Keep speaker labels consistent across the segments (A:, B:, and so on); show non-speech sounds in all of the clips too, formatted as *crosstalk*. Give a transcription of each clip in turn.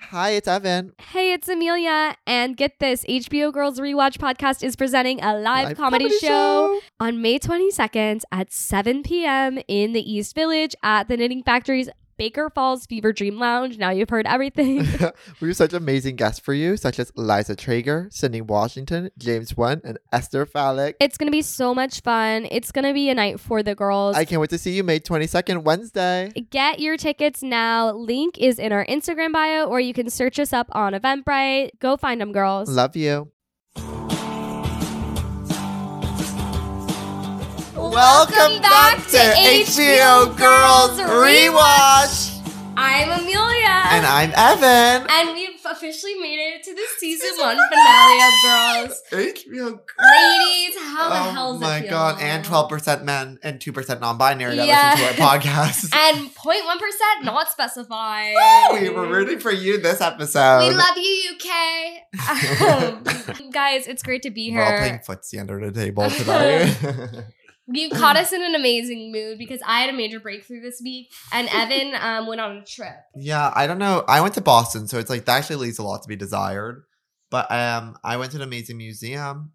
A: Hi, it's Evan.
B: Hey, it's Amelia. And get this HBO Girls Rewatch podcast is presenting a live,
A: Live
B: comedy, show on May 22nd at 7 p.m. in the East Village at the Knitting Factory's Baker Falls Fever Dream Lounge. Now you've heard *laughs* everything.
A: *laughs* we have such amazing guests for you, such as Liza Traeger, Cindy Washington, James Wan, and Esther Fallick.
B: it's going to be so much fun. It's going to be a night for the girls.
A: I can't wait to see you May 22nd, Wednesday.
B: Get your tickets now. Link is in our Instagram bio, or you can search us up on Eventbrite. Go find them, girls.
A: Love you.
B: Welcome back to HBO Girls Rewatch. I'm Amelia.
A: And I'm Evan.
B: And we've officially made it *laughs* to the season, one finale of Girls.
A: HBO
B: Ladies, how the hell's
A: oh
B: it
A: my
B: feel?
A: god, and 12% men and 2% non-binary that
B: Yeah.
A: listen to our
B: *laughs*
A: podcast.
B: And 0.1% not specified.
A: we were rooting for you this
B: We
A: episode.
B: love you, UK. Um, *laughs* guys, it's great to be
A: We're all playing
B: here.
A: footsie under the table today. *laughs*
B: You caught us in an amazing mood because I had a major breakthrough this week,
A: *laughs*
B: and Evan um, went on a trip.
A: yeah, I don't know. I went to Boston, so it's like that actually leaves a lot to be desired. But um, I went to an amazing museum,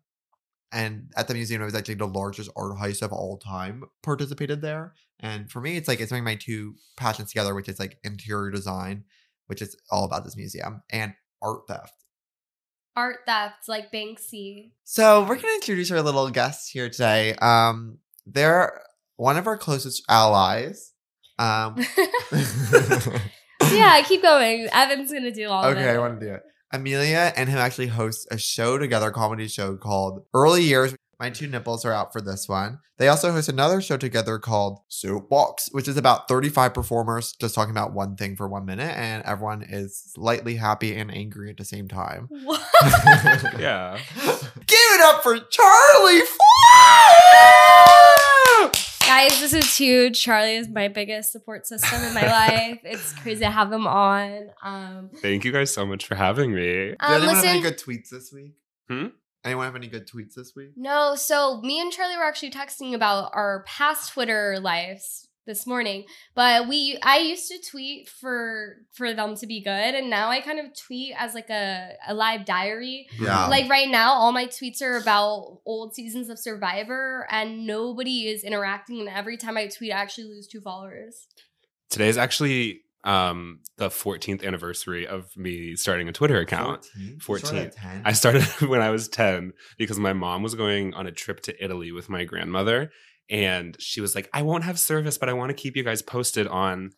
A: and at the museum, it was actually the largest art heist of all time participated there. And for me, it's like it's bringing my two passions together, which is like interior design, which is all about this museum, and art theft.
B: Art theft, like
A: *laughs*
B: Banksy. *laughs*
A: So we're gonna introduce our little guests here today. Um, they're one of our closest allies. Um, *laughs*
B: *laughs* yeah, keep going. Evan's gonna do all of
A: okay,
B: it.
A: I want to do it. Amelia and him actually host a show together, a comedy show called Early Years. My two nipples are out for this one. They also host another show together called Soapbox, which is about 35 performers just talking about one thing for one minute, and everyone is slightly happy and angry at the same
B: *laughs*
A: time.
B: What?
C: *laughs* yeah.
A: *laughs* Give it up for Charlie Flair!
B: Guys, this is huge. Charlie is my biggest support system
C: *laughs*
B: in my life. It's crazy to have him on. Um,
C: Thank you guys so much for having me.
A: Did
B: um
A: anyone have
B: listen.
A: any good tweets this week?
C: Hmm?
A: Anyone have any good tweets this week?
B: no, so me and Charlie were actually texting about our past Twitter lives this morning, but we I used to tweet for for them to be good, and now I kind of tweet as like a, a live diary.
A: Yeah.
B: Like right now, all my tweets are about old seasons of Survivor, and nobody is interacting. And every time I tweet, I actually lose two followers.
C: Today is actually um, the 14th anniversary of me starting a Twitter account.
A: 14?
C: 14.
A: 10?
C: I started *laughs* when I was 10 because my mom was going on a trip to Italy with my grandmother. And she was like, I won't have service, but I want to keep you guys posted on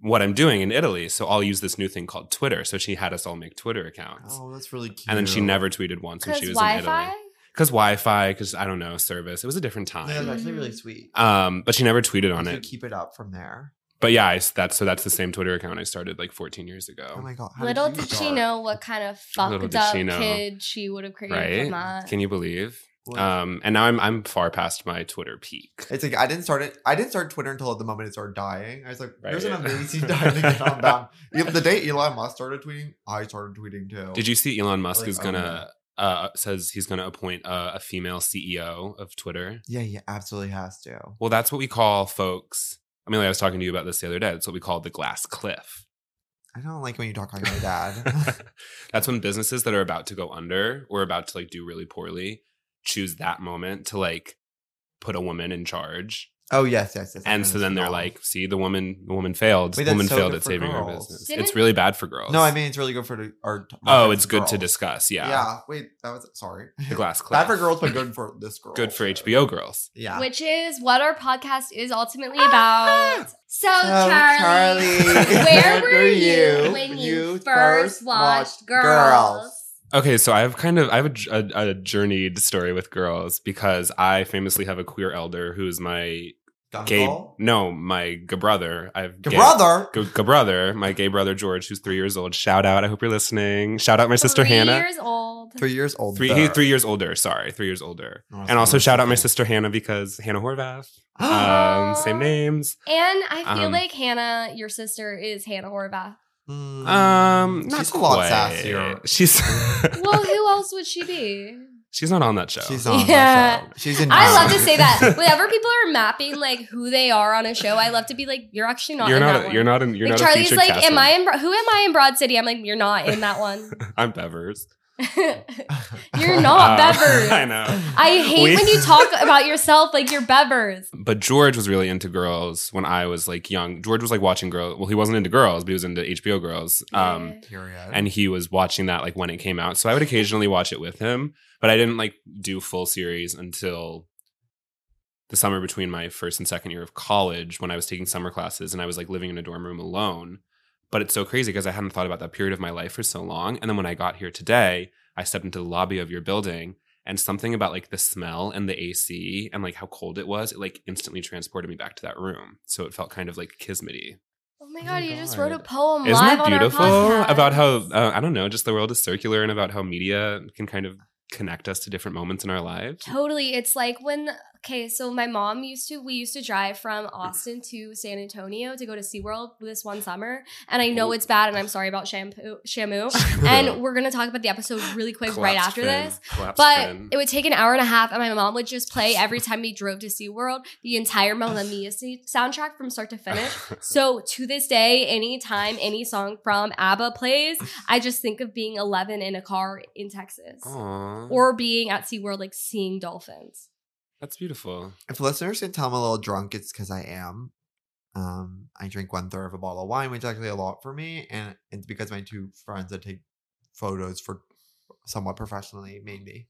C: what I'm doing in Italy. So I'll use this new thing called Twitter. So she had us all make Twitter accounts.
A: Oh, that's really cute.
C: and then she never tweeted once when
B: Because
C: she was
B: Wi
C: in
B: Fi?
C: Italy. Because Wi Fi, because I don't know, service. It was a different
A: Yeah,
C: time.
A: that's
B: Mm.
A: actually really sweet.
C: Um, but she never tweeted on
A: You
C: it.
A: keep it up from there.
C: But yeah, I, s- that's so that's the same Twitter account I started like 14 years ago.
A: Oh, my god. how
B: Little
A: you
B: did she
A: start?
B: know what kind of
C: Little
B: fucked
C: did
B: up
C: she know.
B: kid she would have created from
C: right?
B: that.
C: Can you believe?
A: What-
C: Um, and now I'm I'm far past my Twitter peak.
A: It's like I didn't start it. I didn't start Twitter until the moment it started dying. I was like, "There's
C: *laughs*
A: an
C: Right.
A: amazing time to get on down." Even the day Elon Musk started tweeting, I started tweeting too.
C: Did you see Elon Musk
A: Like,
C: is
A: oh,
C: gonna uh says he's gonna appoint a, a female CEO of Twitter?
A: Yeah, he absolutely has to.
C: Well, that's what we call folks. I mean, like, I was talking to you about this the other day. That's what we call the glass cliff.
A: I don't like when you talk like Oh my dad.
C: *laughs*
A: *laughs*
C: that's when businesses that are about to go under or about to like do really poorly choose that moment to like put a woman in charge
A: oh yes, yes, yes. I
C: And so
A: noticed
C: then they're
A: now.
C: like, see, the woman the woman failed.
A: Wait,
C: the
A: that's
C: woman
A: so
C: failed
A: good
C: at
A: for
C: saving her
A: girls.
C: business.
B: Didn't-
C: it's really bad for girls.
A: "No, I mean it's really good for the, our."
C: Oh, it's good to
A: girls."
C: discuss. Yeah.
A: Yeah. Wait, that was sorry. *laughs*
C: The glass cliff.
A: Bad for girls, but good for
C: *laughs*
A: this girl.
C: Good for HBO girls.
A: Yeah.
B: Which is what our podcast is ultimately
C: Ah,
B: about. So,
A: Oh,
B: Charlie,
A: Charlie, *laughs*
B: where
A: were
B: were you
A: you
B: when
A: when
B: you
A: you
B: first
A: first
B: watched
A: watched
B: Girls?
C: Okay, so I have kind of I have a, j- a- a journeyed story with girls because I famously have a queer elder who is my gay
A: Gumball?
C: no my g- brother. I have
A: Your
C: gay-
A: brother.
C: G- g- brother, my gay brother George, who's three years old. Shout out! I hope you're listening. Shout out my sister
B: Three
C: Hannah.
B: years old.
A: Three years old.
C: Three, he, three years older. Sorry, three years older.
A: Oh, that's
C: and also
A: really
C: shout out
A: *gasps*
C: my
A: cute.
C: sister Hannah because Hannah Horvath.
B: Ah.
C: um, same names.
B: And I feel
C: Um,
B: like Hannah, your sister, is Hannah Horvath.
A: Mm,
C: Um, not
A: she's a lot
C: quite. *laughs*
A: sassier.
C: She's *laughs*
B: Well, who else would she be?
C: She's not on that show.
A: She's on
B: Yeah.
A: that show. She's in.
B: I
A: Mad
B: love to
A: Men. *laughs*
B: say that. Whenever people are mapping like who they are on a show, I love to be like, "You're actually not.
C: you're
B: in
C: not.
B: That
C: you're
B: one.
C: not in. You're
B: like
C: not.
B: Charlie's
C: a featured
B: like,
C: cast
B: "Am
C: member.
B: I in? Bro- Who am I in Broad City?" I'm like, "You're not
C: *laughs*
B: in that one. *laughs*
C: I'm Bevers. *laughs*
B: You're not
C: Uh, *laughs*
B: Bevers."
C: I know.
B: I hate
C: We-
B: when
C: *laughs*
B: you talk about yourself like you're Bevers.
C: But George was really into girls when I was like young. George was like watching girls. Well, he wasn't into girls, but he was into HBO girls. Um,
B: Yeah.
A: Period.
C: and he was watching that like when it came out. So I would occasionally watch it with him, but I didn't like do full series until the summer between my first and second year of college when I was taking summer classes and I was like living in a dorm room alone. But it's so crazy because I hadn't thought about that period of my life for so long. And then when I got here today, I stepped into the lobby of your building and something about like the smell and the AC and like how cold it was, it like instantly transported me back to that room. So it felt kind of like kismety.
B: Oh my
A: Oh
B: god,
A: my
B: you just
A: God.
B: wrote a poem
C: Isn't
B: live
C: that beautiful?
B: on our podcast.
C: About how uh, I don't know, just the world is circular and about how media can kind of connect us to different moments in our lives. *laughs*
B: Totally. It's like when okay, so my mom used to we used to drive from Austin to San Antonio to go to SeaWorld this one summer. And I know
C: Ooh.
B: it's bad and I'm sorry about shampoo
C: *laughs*
B: Shamu. *laughs* and we're gonna talk about the episode really quick right
C: Collapsed
B: after
C: fin,
B: this.
C: collapsed
B: But
C: fin.
B: it would take an hour and a half, and my mom would just play every time we drove to SeaWorld the entire Mamma Mia se- soundtrack from
C: *sighs*
B: start to finish. So to this day, anytime any song from ABBA plays, I just think of being 11 in a car in Texas
C: *laughs* Aw,
B: or being at SeaWorld, like seeing dolphins.
C: that's beautiful.
A: if listeners can tell I'm a little drunk, it's because I am. Um, I drink one third of a bottle of wine, which is actually a lot for me, and it's because my two friends that take photos for somewhat professionally, maybe.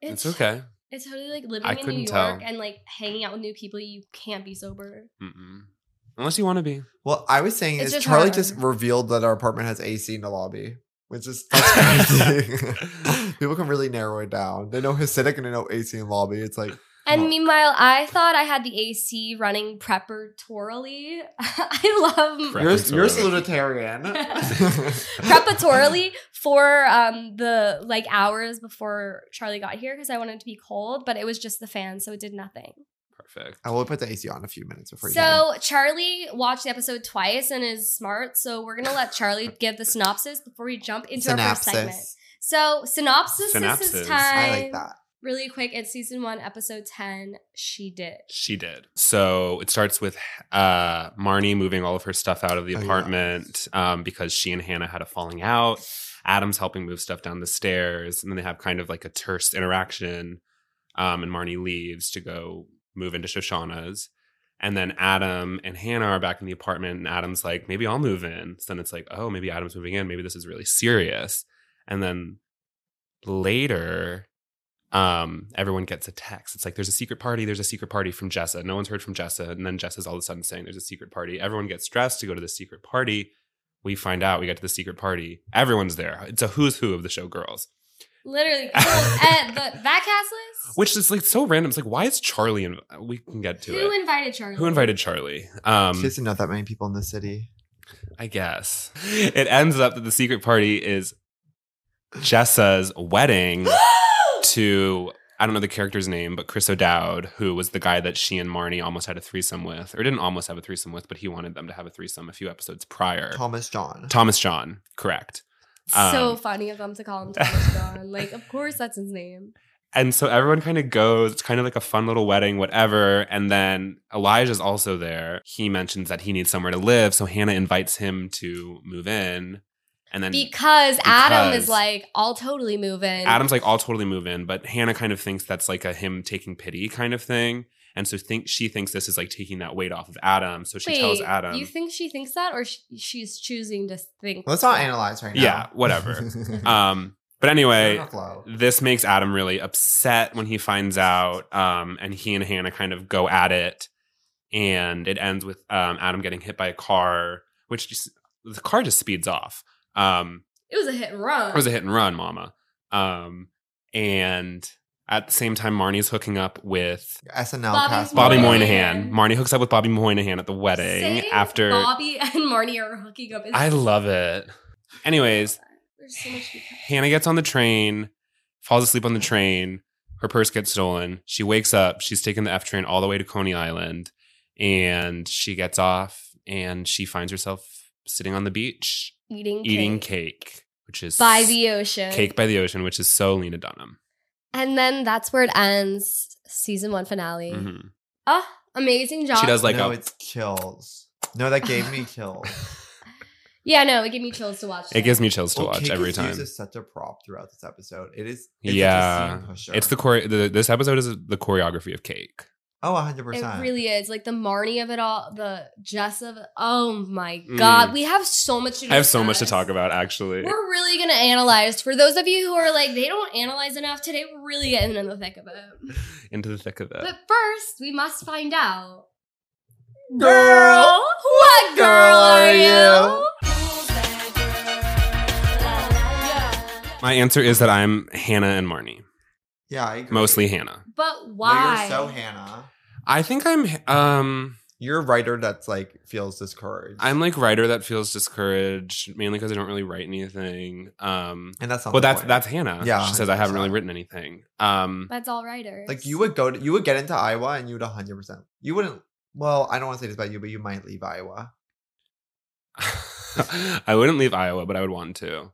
C: It's, okay.
B: It's totally like living
C: I
B: in New
C: couldn't
B: York
C: tell.
B: and like hanging out with new people. You can't be sober.
C: Mm-mm. Unless you want to be.
A: Well, I was saying
B: It's
A: is
B: just
A: Charlie
B: harder.
A: just revealed that our apartment has AC in the lobby, which
B: *laughs*
A: is that's crazy. *laughs* People can really narrow it down. They know Hasidic and they know AC in lobby. It's like
B: And
A: Well-
B: meanwhile, I thought I had the AC running preparatorily. *laughs* I love
C: Prep.
A: you're
C: Preference
A: you're
C: already.
A: salutatorian.
B: *laughs*
A: *laughs*
B: preparatorily for um the like hours before Charlie got here because I wanted to be cold, but it was just the fan, so it did nothing.
C: Perfect.
A: I will put the AC on a few minutes before you. get in.
B: So Charlie watched the episode twice and is smart, so we're gonna let Charlie give the synopsis before we jump into our first segment.
A: Synapsis.
B: So synopsis, this
C: Synopsis.
B: is
A: I
B: time.
A: like that.
B: Really quick, it's season one, episode ten. She did.
C: She did. So it starts with uh, Marnie moving all of her stuff out of the
A: Oh, yeah.
C: apartment um, because she and Hannah had a falling out. Adam's helping move stuff down the stairs, and then they have kind of like a terse interaction. Um, and Marnie leaves to go move into Shoshana's. And then Adam and Hannah are back in the apartment, and Adam's like, maybe I'll move in. So then it's like, oh, maybe Adam's moving in. Maybe this is really serious. And then later, um, everyone gets a text. It's like there's a secret party. There's a secret party from Jessa. No one's heard from Jessa, and then Jessa's all of a sudden saying there's a secret party. Everyone gets dressed to go to the secret party. We find out we get to the secret party. Everyone's there. It's a who's who of the show girls,
B: Literally,
A: *laughs*
B: cool. uh, the, that cast list.
C: which is like so random. It's like why is Charlie? In- we can get to
B: Who
C: it.
B: invited Charlie? *gasps*
C: who invited Charlie? Um,
A: she doesn't know that many people in the city.
C: I guess it ends up that the secret party is Jessa's wedding.
B: *gasps*
C: *laughs* to I don't know the character's name, but Chris O'Dowd, who was the guy that she and Marnie almost had a threesome with, or didn't almost have a threesome with, but he wanted them to have a threesome a few episodes prior.
A: Thomas John.
C: Thomas John, correct.
B: so
C: Um,
B: funny of them to
C: *laughs*
B: call him Thomas John. Like, of course, that's his name.
C: And so everyone kind of goes. It's kind of like a fun little wedding, whatever. And then Elijah's also there. He mentions that he needs somewhere to live, so Hannah invites him to move in. And then
B: Because, Adam is
C: Because-
B: like, I'll totally move in.
C: Adam's like, I'll totally move in, but Hannah kind of thinks that's like a him taking pity kind of thing. And so think she thinks this is like taking that weight off of Adam. So she tells Adam.
B: You think she thinks that, or sh- she's choosing to think?
A: Let's not
B: that?
A: analyze right now.
C: Yeah,
A: *laughs*
C: whatever. um, but anyway,
A: Flow.
C: this makes Adam really upset when he finds out. Um, and he and Hannah kind of go at it. And it ends with um, Adam getting hit by a car, which just the car just speeds off. Um,
B: It was a hit and run.
C: It was a hit and run, Mama. Um, and at the same time, Marnie's hooking up with
A: SNL
B: Bobby
A: cast.
C: Bobby
A: member.
C: Moynihan. Marnie hooks up with Bobby Moynihan at the wedding
B: Saying
C: after.
B: Bobby *laughs* and Marnie are hooking up. is-
C: I love it. Anyways,
B: There's so much. to-
C: Hannah gets on the train, falls asleep on the train. Her purse gets stolen. She wakes up. She's taken the F train all the way to Coney Island, and she gets off and she finds herself sitting on the beach
B: Eating,
C: eating
B: cake.
C: cake, which is
B: by the ocean.
C: cake by the ocean, which is so Lena Dunham.
B: And then that's where it ends. Season one finale.
C: Mhm.
B: Oh, amazing job.
C: She does like
A: Mm-hmm. no,
C: a,
A: it's chills. No, that gave me chills.
B: yeah, no, it gave me chills to watch.
C: it gives me chills to
A: Well,
C: watch
A: Kate
C: every
A: Hughes
C: time.
A: Is such a prop throughout this episode. It is. It's yeah,
C: Yeah.
A: such a scene pusher.
C: It's the chore- the This episode is the choreography of Cake.
A: oh, hundred
B: It
A: percent.
B: really is like the Marnie of it all, the Jess of. Oh my
A: Mm.
B: god, we have so much to.
C: I have so much to
B: discuss.
C: talk about, actually.
B: We're really gonna analyze. For those of you who are like, they don't analyze enough today. We're really getting in the thick of it.
C: Into the thick of it.
B: But first, we must find out.
A: Girl,
B: what
A: girl are you?
C: My answer is that I'm Hannah and Marnie,
A: Yeah, I agree.
C: mostly Hannah.
B: But
A: No, you're
B: why?
A: so Hannah.
C: I think I'm um
A: You're a writer that's like feels discouraged.
C: I'm like writer that feels discouraged mainly because I don't really write anything. Um,
A: and that's not.
C: well,
A: the
C: that's
A: point.
C: that's Hannah.
A: Yeah,
C: she says I haven't really
A: 100%.
C: written anything. Um, *laughs*
B: That's all writers.
A: like you would go. To, you would get into Iowa, and you would hundred percent. You wouldn't. Well, I don't want to say this about you, but you might leave Iowa.
C: I wouldn't leave Iowa, but I would want to.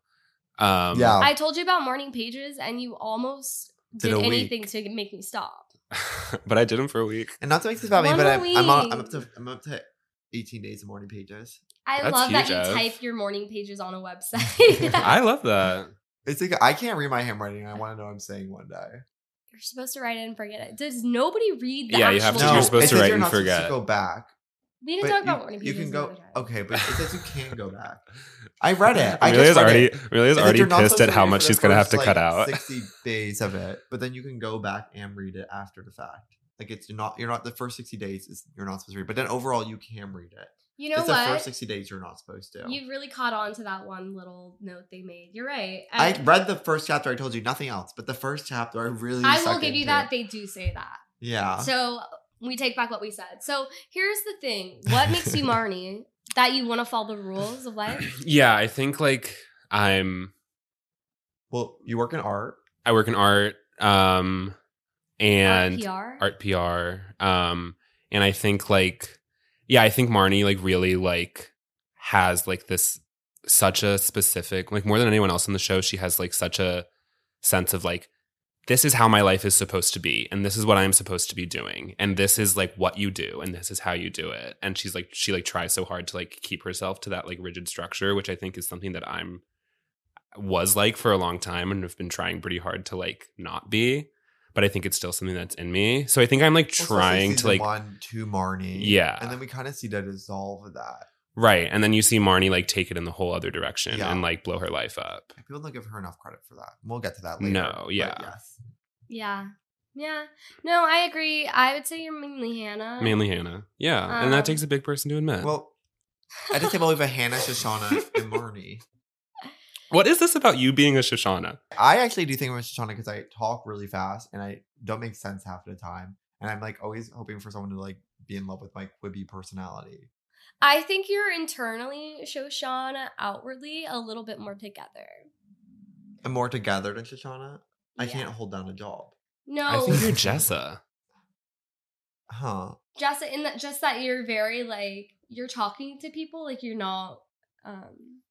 C: Um,
A: Yeah.
B: I told you about morning pages, and you almost
A: Did
B: did,
A: a week.
B: anything to make me stop.
C: *laughs* but I did them for a week.
A: And not to make this about me,
B: One
A: but
B: more
A: I'm, I'm, on, I'm
B: week.
A: up to I'm up to 18 days of morning pages.
B: I
C: That's
B: love that
C: huge,
B: you
C: Ev.
B: type your morning pages on a
C: *laughs*
B: website. *laughs*
C: I love that.
A: It's like I can't read my handwriting. I want to know what I'm saying one day.
B: You're supposed to write it and forget it. Does nobody read the
C: Yeah, you
B: actual
C: have to- you're supposed
A: it
C: to
A: says
C: write
A: you're
C: and
A: not supposed
C: forget.
A: To go back. but
B: We didn't talk
A: you-
B: about morning
A: you
B: pages.
A: can
B: another
A: go.
B: time.
A: Okay, but it says you can go
C: *laughs*
A: back. I read it. I
C: Amelia's
A: just read
C: already
A: it.
C: Amelia's
A: It says
C: already
A: you're not
C: pissed
A: supposed
C: at how
A: read it
C: much
A: for
C: she's
A: the
C: gonna have
A: first,
C: to cut
A: like,
C: out.
A: 60 days of it, but then you can go back and read it after the fact. Like it's not you're not the first 60 days is you're not supposed to read, but then overall you can read it.
B: You know
A: it's the first
B: what?
A: 60 days you're not supposed to.
B: You really caught on to that one little note they made. You're right.
A: I read the first chapter. I told you nothing else, but the first chapter I really.
B: I will
A: sucked
B: give you
A: into.
B: that. They do say that.
A: Yeah.
B: So we take back what we said. So here's the thing: what makes
A: *laughs*
B: you Marnie? That you want to follow the rules of life?
C: yeah, I think like I'm
A: well, you work in art.
C: I work in art, um, and
B: PR.
C: art PR. Um, and I think like, yeah, I think Marnie like really like has like this such a specific like more than anyone else on the show. She has like such a sense of like this is how my life is supposed to be and this is what i'm supposed to be doing and this is like what you do and this is how you do it and she's like she like tries so hard to like keep herself to that like rigid structure which i think is something that i'm was like for a long time and have been trying pretty hard to like not be but i think it's still something that's in me so i think i'm like
A: Well, especially
C: trying to
A: season
C: like
A: one to Marnie.
C: Yeah.
A: and then we kind of see the dissolve of that.
C: right and then you see marnie like take it in the whole other direction
A: Yeah.
C: and like blow her life up
A: People don't give her enough credit for that. We'll get to that later.
C: No,
A: but
C: yeah. *laughs*
A: yes.
B: Yeah. Yeah. No, I agree. I would say you're mainly Hannah.
C: mainly hannah yeah and that
B: Um,
C: takes a big person to admit well
A: Well, I just can't believe a Hannah, Shoshana,
C: *laughs*
A: and Marnie.
C: what is this about you being a shoshana
A: I actually do think I'm a Shoshana because I talk really fast and I don't make sense half of the time, and I'm like always hoping for someone to like be in love with my quibby personality.
B: I think you're internally Shoshana, outwardly a little bit more together.
A: I'm more together than Shoshana. I
B: Yeah.
A: can't hold down a job.
C: i
B: No,
C: think
B: *laughs*
C: you're jessa
A: Huh.
B: just in that, just that you're very like you're talking to people, like you're not. Um,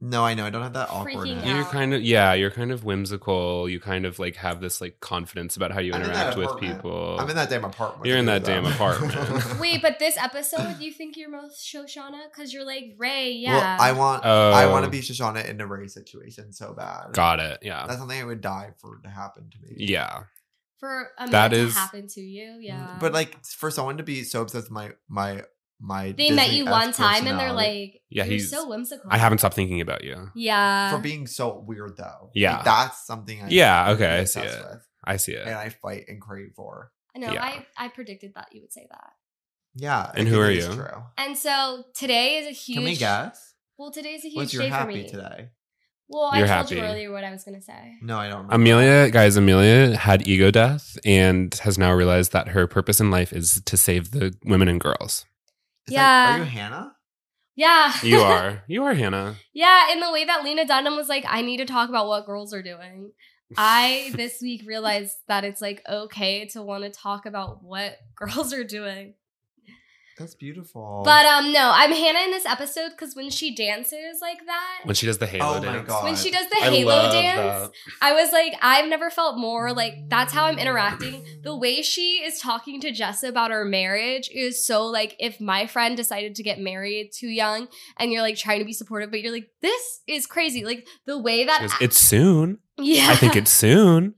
A: No, I know. I don't have that
B: Freaking
A: awkwardness.
B: out.
C: You're kind of yeah, you're kind of whimsical. You kind of like have this like confidence about how you
A: I'm in that
C: interact with
A: apartment.
C: people.
A: I'm in that damn apartment.
C: You're in
A: to
C: that
A: do
C: damn apartment.
B: wait, but this episode, you think you're most Shoshana because you're like Ray, yeah.
A: *laughs* Well, I want
C: Oh,
A: I want to be Shoshana in a Ray situation so bad.
C: Got it. Yeah.
A: That's something I would die for to happen to me.
C: yeah.
B: for a
C: That
B: that is
C: is-
B: to happen to you, yeah.
A: Mm, But like for someone to be so obsessed with my my my
B: they met
A: Disney-esque
B: you one time and they're
A: personality-
B: like,
C: Yeah,
B: yeah, you're
C: he's-
B: so whimsical.
C: I haven't stopped thinking about you.
B: Yeah.
A: for being so weird though. Like,
C: Yeah.
A: that's something I
C: Yeah,
A: I'm
C: okay, I
A: really
C: see
A: obsessed
C: it.
A: with
C: I see
A: And
C: it.
A: I fight and crave for.
B: no,
C: yeah.
B: I I predicted that you would say that.
A: Yeah. I
C: And who
A: think
C: are
A: it is
C: you?
A: True.
B: And so today is a huge.
A: Can we guess?
B: Well, today's a huge
A: What's your
B: day for
A: happy
B: me.
A: today?
B: Well, I
C: You're
B: told you
C: happy.
B: earlier what I was gonna say.
A: No, I don't remember.
C: Amelia, guys, Amelia had ego death and has now realized that her purpose in life is to save the women and girls.
A: Is that-
B: Yeah.
A: are you Hannah?
B: Yeah.
C: You are. you are Hannah.
B: *laughs* yeah, in the way that Lena Dunham was like, I need to talk about what girls are doing.
C: *laughs*
B: I this week *laughs* realized that it's like okay to want to talk about what girls are doing.
A: That's beautiful.
C: Oh.
B: But um, no, I'm Hannah in this episode because when she dances like that,
C: When she does the halo
A: oh my
C: dance.
A: god.
B: when she does the
C: I
B: halo
C: love
B: dance, I was like, I've never felt more like that's how I'm interacting. The way she is talking to Jessa about our marriage is so like if my friend decided to get married too young and you're like trying to be supportive, but you're like, this is crazy. Like the way that
C: She goes, it's soon.
B: yeah,
C: I think it's soon.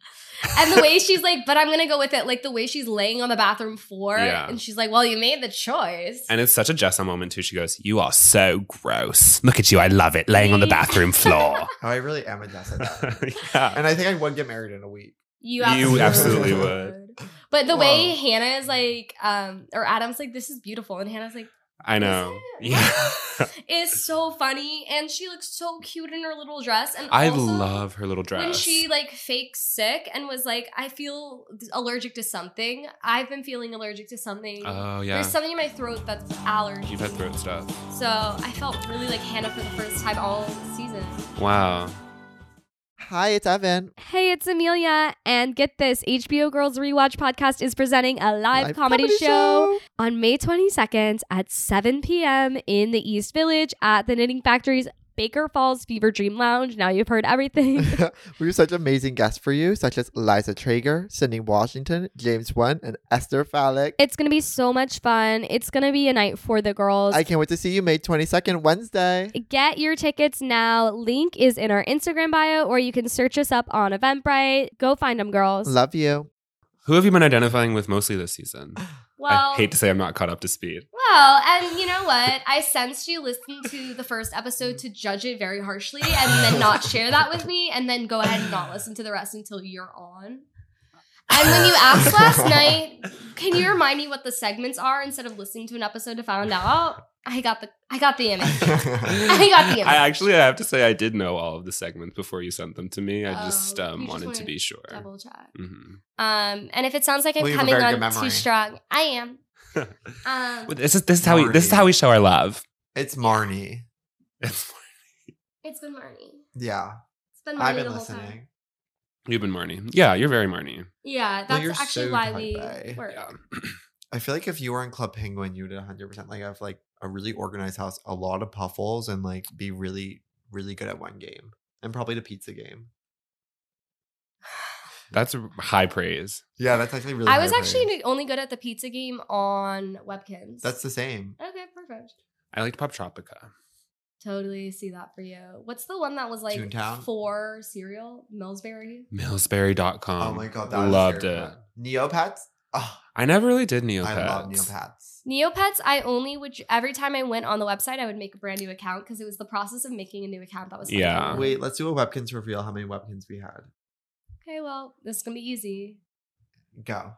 B: *laughs* and the way she's like, but I'm gonna go with it. Like the way she's laying on the bathroom floor
C: Yeah.
B: and she's like, well, you made the choice.
C: And it's such a Jessa moment too. She goes, "You are so gross. Look at you. I love it. Laying on the bathroom floor."
A: oh, I really am a Jessa. now.
C: *laughs* yeah.
A: and I think I would get married in a week.
B: You
C: You
A: absolutely
B: But the way
A: Whoa.
B: Hannah is like, um, or Adam's like, this is beautiful. And Hannah's like,
C: I know.
B: Is it?
C: Yeah.
B: is so funny. And she looks so cute in her little dress. And
C: I
B: also,
C: love her little dress.
B: when she like fakes sick and was like, I feel allergic to something. I've been feeling allergic to something.
C: oh yeah.
B: There's something in my throat that's allergy.
C: You've had throat stuff.
B: So I felt really like Hannah for the first time all season.
C: Wow.
A: Hi, it's Evan.
B: Hey, it's Amelia. And get this HBO Girls Rewatch podcast is presenting a live, comedy, show. on May 22nd at 7 p.m. in the East Village at the Knitting Factory's Baker Falls Fever Dream Lounge. Now you've
A: *laughs*
B: heard everything.
A: we have such amazing guests for you, such as Liza Traeger, Sydney Washington, James Wen, and Esther Fallick.
B: it's going to be so much fun. It's going to be a night for the girls.
A: I can't wait to see you May 22nd, Wednesday.
B: Get your tickets now. Link is in our Instagram bio, or you can search us up on Eventbrite. Go find them, girls.
A: Love you.
C: Who have you been identifying with mostly this season?
B: well,
C: I hate to say I'm not caught up to speed.
B: well, and you know what? I sensed you listened to the first episode to judge it very harshly and then not share that with me, and then go ahead and not listen to the rest until you're on. And when you
A: *laughs*
B: asked last night, can you remind me what the segments are instead of listening to an episode to find out? I got the I got the image. *laughs*
A: *laughs*
B: I got the image.
C: *laughs* I actually I have to say I did know all of the segments before you sent them to me. I
B: Oh,
C: just
B: you
C: um,
B: just
C: wanted to
B: wanted
C: be sure.
B: Double check.
C: Mhm.
B: Um, and if it sounds like I'm
A: Well, you have a
B: coming
A: very
B: on
A: good
B: too
A: memory.
B: strong,
A: *laughs*
B: I am. Um,
C: Well, This is this is how we this is how we show our love.
A: *laughs*
C: *laughs*
A: It's Marnie.
B: it's been Marnie.
A: Yeah,
B: It's been Marnie
A: I've been
B: the whole time.
A: listening.
C: You've been Marnie. Yeah, you're very Marnie.
B: Yeah,
A: Well,
B: that's
A: you're
B: actually
A: so
B: why
A: type
B: we
A: A.
B: work.
C: Yeah. *clears throat*
A: I feel like if you were in Club Penguin, you would 100% like have like a really organized house, a lot of puffles, and like be really, really good at one game and probably the pizza game.
C: That's high praise.
A: Yeah, that's actually really.
B: I was
A: high
B: actually
A: praise.
B: only good at the pizza game on Webkins.
A: That's the same.
B: okay, perfect.
C: I liked Pop Tropica.
B: Totally see that for you. What's the one that was like
A: Toontown?
B: for cereal? Millsberry.
C: Millsberry.com.
A: Oh my god, that was
C: Um, loved
A: very
C: it.
A: fun. Neopets. Oh,
C: I never really did Neopets.
A: I love Neopets.
B: Neopets, I only would every time I went on the website, I would make a brand new account because it was the process of making a new account that was fun.
C: Yeah.
A: Wait, let's do a Webkins reveal. How many Webkins we had?
B: Okay, well, this is gonna be easy.
A: *laughs* Go.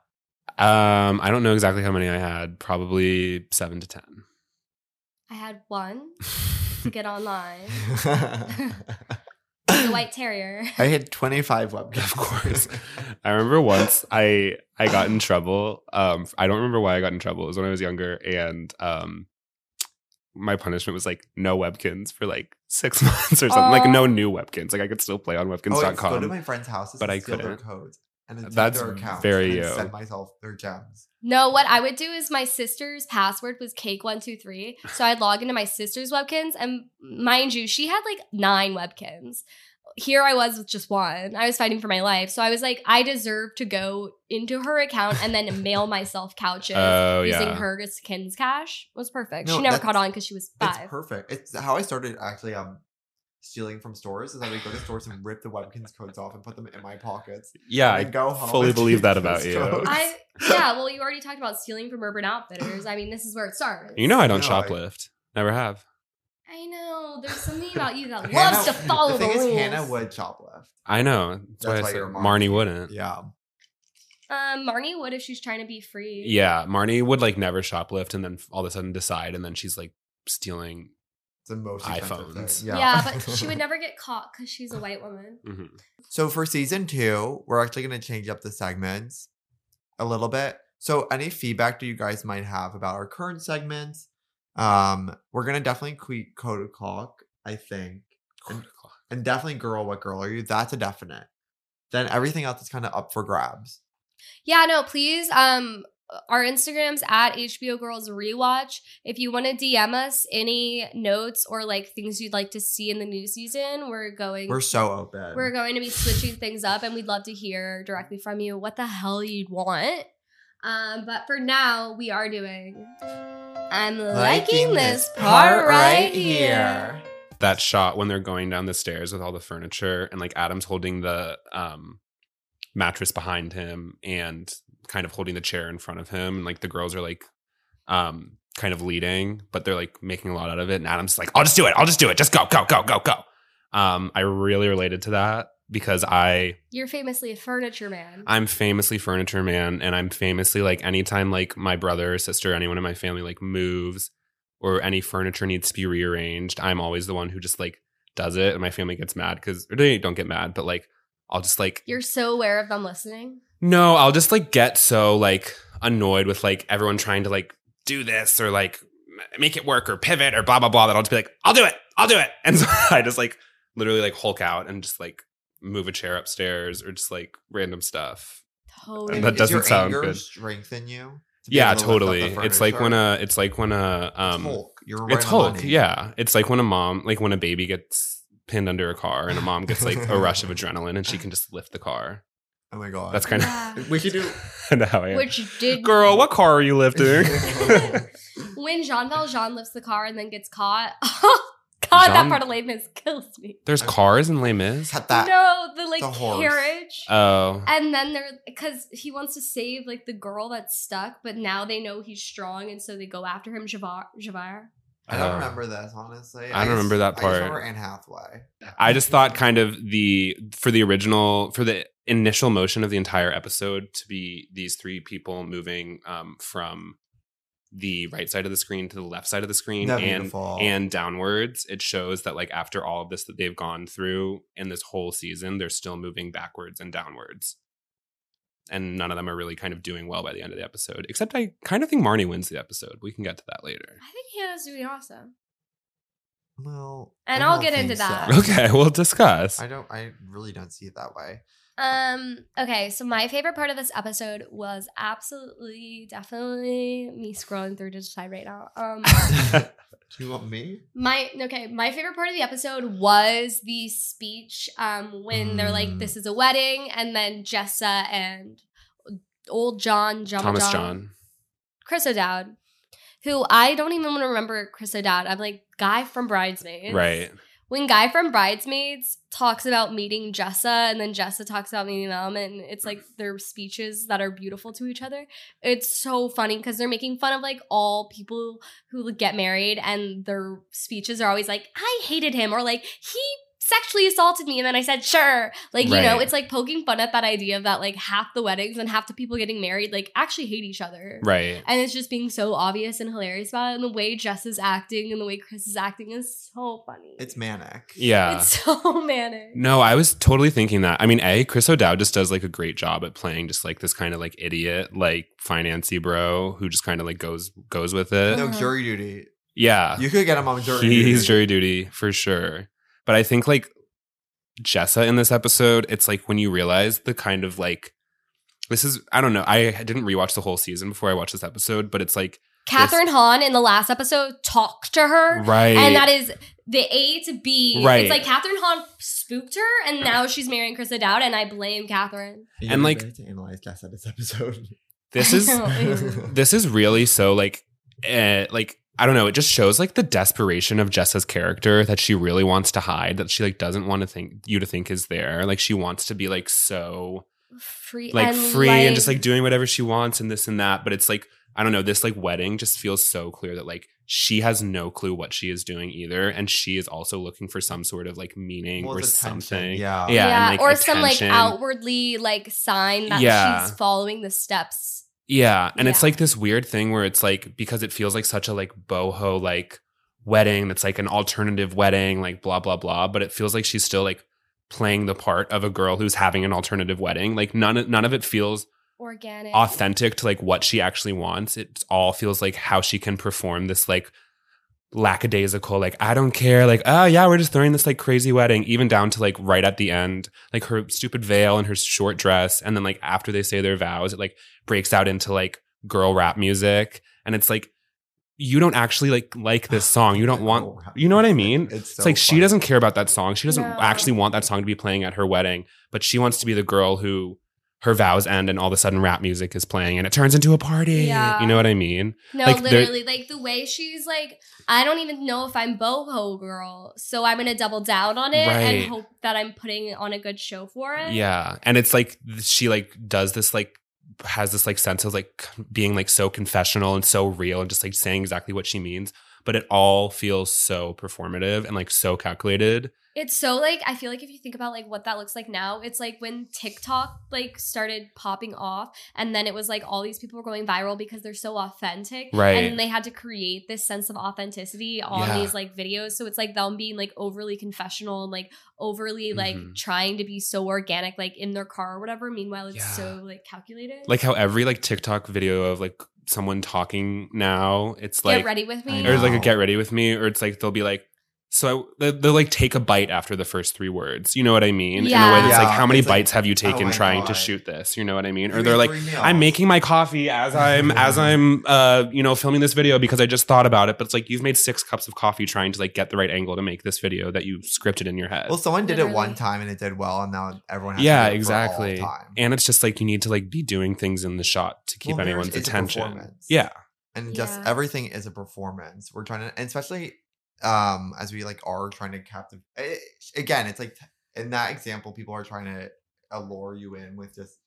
C: Um, I don't know exactly how many I had. Probably seven
A: *laughs*
C: to ten.
B: I had one to get
A: *laughs*
B: online. The white terrier.
A: I had 25 Webkins. *laughs*
C: Of course. I remember once I I got in trouble. Um, I don't remember why I got in trouble. It was when I was younger, and um, my punishment was like no webkins for like six *laughs* months or something. like
B: Aw.
C: no new webkins. Like I could still play on
A: Oh, I go to
C: webkins.com.
A: my friends' houses
C: But
A: and
C: I
A: steal their
C: couldn't.
A: codes and then
C: That's
A: their accounts
C: very
A: and
C: you.
A: send myself their gems.
B: No, what I would do is my sister's password was cake123. So I'd log into my sister's webkins. And mind you, she had like nine webkins. Here I was with just one. I was fighting for my life. So I was like, I deserve to go into her account and
C: *laughs*
B: then mail myself couches
C: Oh
B: using
C: yeah.
B: her Kins cash. It was perfect.
A: No,
B: she never
A: that's-
B: caught on because she was
A: It's
B: five.
A: perfect. It's how I started actually um stealing from stores is I would go to stores and rip the Webkins codes off and put them in my pockets.
C: yeah,
A: and
C: I
A: then go home.
C: fully
A: and
C: believe
A: *laughs*
C: that
A: use
C: about
A: those
C: you.
A: codes.
B: I yeah, well, you already talked about stealing from Urban Outfitters. I mean, this is where it starts.
C: You know I don't
A: No, I-
C: shoplift. Never have.
B: I know. There's something about you that
A: Hannah-
B: loves to follow
A: the
B: the,
A: thing
B: rules.
A: is Hannah would shoplift.
C: I know. That's, why,
A: That's
C: I
A: why
C: said
A: you're a Marnie.
C: Marnie wouldn't. Yeah.
A: Yeah.
B: Um, Marnie would if she's trying to be free.
C: Marnie would like never shoplift and then f- all of a sudden decide and then she's like stealing.
A: It's the most expensive thing.
C: iPhones.
B: Yeah,
A: *laughs*
B: *laughs* but she would never get caught because she's a white woman.
C: Mhm.
A: So for season two, we're actually going to change up the segments a little bit. So any feedback that you guys might have about our current segments, um, we're gonna definitely que- code o'clock, I think, And- and definitely girl, what girl are you? That's a definite. Then everything else is kind of up for grabs.
B: Yeah, no, please um our Instagrams at HBO Girls Rewatch. If you want to DM us any notes or like things you'd like to see in the new season, we're going.
A: We're so open.
B: We're going to be switching things up, and we'd love to hear directly from you what the hell you'd want. Um, but for now, we are doing. I'm liking, this part, right here.
C: that shot when they're going down the stairs with all the furniture and like Adam's holding the um mattress behind him and kind of holding the chair in front of him and like the girls are like um kind of leading but they're like making a lot out of it and Adam's like I'll just do it I'll just do it just go go go go go um I really related to that because I
B: You're famously a furniture man.
C: I'm famously furniture man, and I'm famously like anytime like my brother or sister, anyone in my family like moves or any furniture needs to be rearranged, I'm always the one who just like does it, and my family gets mad because or they don't get mad, but like I'll just like
B: You're so aware of them listening.
C: no, I'll just like get so like annoyed with like everyone trying to like do this or like m- make it work or pivot or blah blah blah that I'll just be like I'll do it, I'll do it, and *laughs* so I just like literally like hulk out and just like move a chair upstairs or just like random stuff
B: Totally.
C: that
A: Does *laughs*
C: doesn't
A: your
C: sound
A: anger
C: good.
A: Strengthen you. to be
C: yeah
A: able to lift up
C: totally
A: the
C: it's like when
A: furniture?
C: a it's like when a um it's hulk,
A: Hulk. You're right on the money.
C: yeah it's like when a mom like when a baby gets pinned under a car and a mom gets like
A: *laughs*
C: a rush of adrenaline and she can just lift the car
A: Oh my god.
C: that's kind
B: Yeah.
C: *laughs* of
A: We should do-
C: kind of how i am
B: Which did
C: girl what car are you
A: *laughs*
C: lifting *laughs*
B: *laughs* when Jean Valjean lifts the car and then gets caught. *laughs* God, that
C: Jean-
B: part of Les Mis *laughs* kills me.
C: there's cars in les mis
A: Cut that.
B: no, the like
A: the horse.
B: carriage.
C: oh
B: and then they're because he wants to save like the girl that's stuck, but now they know he's strong, and so they go after him. Javar, Javar.
A: I don't
C: Oh.
A: remember this honestly.
C: I don't remember that
A: I
C: part.
A: just remember Anne Hathaway.
C: I just thought kind of the for the original for the initial motion of the entire episode to be these three people moving um, from the right side of the screen to the left side of the screen
A: That'd be
C: and
A: beautiful.
C: and downwards. It shows that like after all of this that they've gone through in this whole season, they're still moving backwards and downwards. And none of them are really kind of doing well by the end of the episode. Except I kind of think Marnie wins the episode. We can get to that later.
B: I think Hannah's doing awesome.
A: Well,
B: And
A: I
B: I'll
A: don't
B: get into
A: think so.
B: that.
C: *laughs* Okay, we'll discuss.
A: I don't. I really don't see it that way.
B: Um. Okay. So my favorite part of this episode was absolutely, definitely me scrolling through to decide right now.
C: *laughs*
B: Um.
A: Do you want me?
B: My okay, my favorite part of the episode was the speech um when they're like
A: Mm.
B: this is a wedding and then Jessa and old John John
C: Thomas
B: John,
C: John.
B: Chris O'Dowd who I don't even want to remember Chris O'Dowd. I'm like guy from Bridesmaids.
C: Right.
B: When guy from Bridesmaids talks about meeting Jessa and then Jessa talks about meeting them and it's like
C: Mm-hmm.
B: their speeches that are beautiful to each other. It's so funny because they're making fun of like all people who get married and their speeches are always like, I hated him, or like, he sexually assaulted me. And then I said, sure. Like, you know,
C: Right.
B: it's like poking fun at that idea of that like half the weddings and half the people getting married like actually hate each other. *laughs*
C: Right.
B: And it's just being so obvious and hilarious about it. And the way Jess is acting and the way Chris is acting is so funny.
A: It's manic.
C: Yeah.
B: It's *laughs* so manic.
C: No, I was totally thinking that. I mean, A, Chris O'Dowd just does like a great job at playing just like this kind of like idiot, like financy bro who just kind of like goes goes with it.
A: No
B: Uh-huh.
A: jury duty.
C: Yeah.
A: You could get him on jury duty.
C: He's jury duty for sure. But I think like Jessa in this episode, it's like when you realize the kind of like this is I don't know. I didn't rewatch the whole season before I watched this episode, but it's like
B: Catherine Hahn in the last episode talked to her.
C: right
B: And that is the A to B.
C: Right.
B: It's like Catherine Hahn spooked her, and now she's marrying Chris Dowd, and I blame Catherine.
A: You
C: and,
A: were
C: like-
A: ready to analyze Jess at this episode.
C: this
B: *laughs*
C: is
B: Oh,
A: *laughs*
C: this is really so like eh, like i don't know it just shows like the desperation of jessa's character that she really wants to hide that she like doesn't want to think you to think is there like she wants to be like so
B: free,
C: like
B: and
C: free and just like doing whatever she wants and this and that but it's like i don't know this like wedding just feels so clear that like she has no clue what she is doing either and she is also looking for some sort of like meaning
A: Well,
C: or
A: it's attention,
C: something
A: Yeah.
C: yeah, and, like,
B: or some like
C: attention.
B: outwardly like sign that
C: Yeah.
B: she's following the steps.
C: Yeah, and it's
B: Yeah.
C: like this weird thing where it's like because it feels like such a like boho like wedding that's like an alternative wedding like blah blah blah, but it feels like she's still like playing the part of a girl who's having an alternative wedding. Like none none of it feels
B: Organic.
C: authentic to like what she actually wants. It all feels like how she can perform this like lackadaisical, like I don't care, like oh yeah, we're just throwing this like crazy wedding, even down to like right at the end, like her stupid veil and her short dress, and then like after they say their vows, it like breaks out into like girl rap music, and it's like you don't actually like
A: *sighs*
C: like this song. You don't want. you know what I mean?
A: It's,
C: It's like she
A: funny.
C: doesn't care about that song. She doesn't
B: No.
C: actually want that song to be playing at her wedding, but she wants to be the girl who her vows end and all of a sudden rap music is playing and it turns into a party.
B: Yeah.
C: You know what I mean?
B: No,
C: Like, they're-
B: literally, like the way she's like, I don't even know if I'm boho girl, so I'm gonna double down on it and
C: Right.
B: hope that I'm putting on a good show for it.
C: Yeah. And it's like th- she like does this like has this like sense of like c- being like so confessional and so real and just like saying exactly what she means, but it all feels so performative and like so calculated.
B: It's so like I feel like if you think about like what that looks like now, it's like when TikTok like started popping off and then it was like all these people were going viral because they're so authentic.
C: Right.
B: And then they had to create this sense of authenticity on
C: Yeah.
B: these like videos. So it's like them being like overly confessional and like overly like
C: Mhm.
B: trying to be so organic, like in their car or whatever. Meanwhile, it's
C: Yeah.
B: so like calculated.
C: Like how every like TikTok video of like someone talking now, it's
B: get
C: like
B: ready with
A: I
B: me.
C: or it's like a
A: No.
C: get ready with me, or it's like they'll be like, so I, they'll, they'll like take a bite after the first three words. You know what I mean? In a way
B: Yeah.
C: that's like,
A: Yeah,
C: how many
A: it's like, oh
C: bites have you taken
A: my
C: trying to
A: God.
C: shoot this? You know what I mean? Or
A: Three Mm-hmm.
C: they're like,
A: free
C: I'm
A: meals.
C: making my coffee as I'm as I'm uh you know filming this video because I just thought about it. But it's like you've made six cups of coffee trying to like get the right angle to make this video that you scripted in your head.
A: Well, someone did it
B: Literally.
A: one time and it did well, and now everyone. Has
C: Yeah,
A: to do it for all
C: exactly.
A: time.
C: and it's just like you need to like be doing things in the shot to keep
A: Well, marriage
C: anyone's
A: is a
C: attention.
A: performance.
C: Yeah.
A: and just
B: Yeah.
A: everything is a performance we're trying to and especially um as we like are trying to captive it, again it's like in that example people are trying to allure you in with just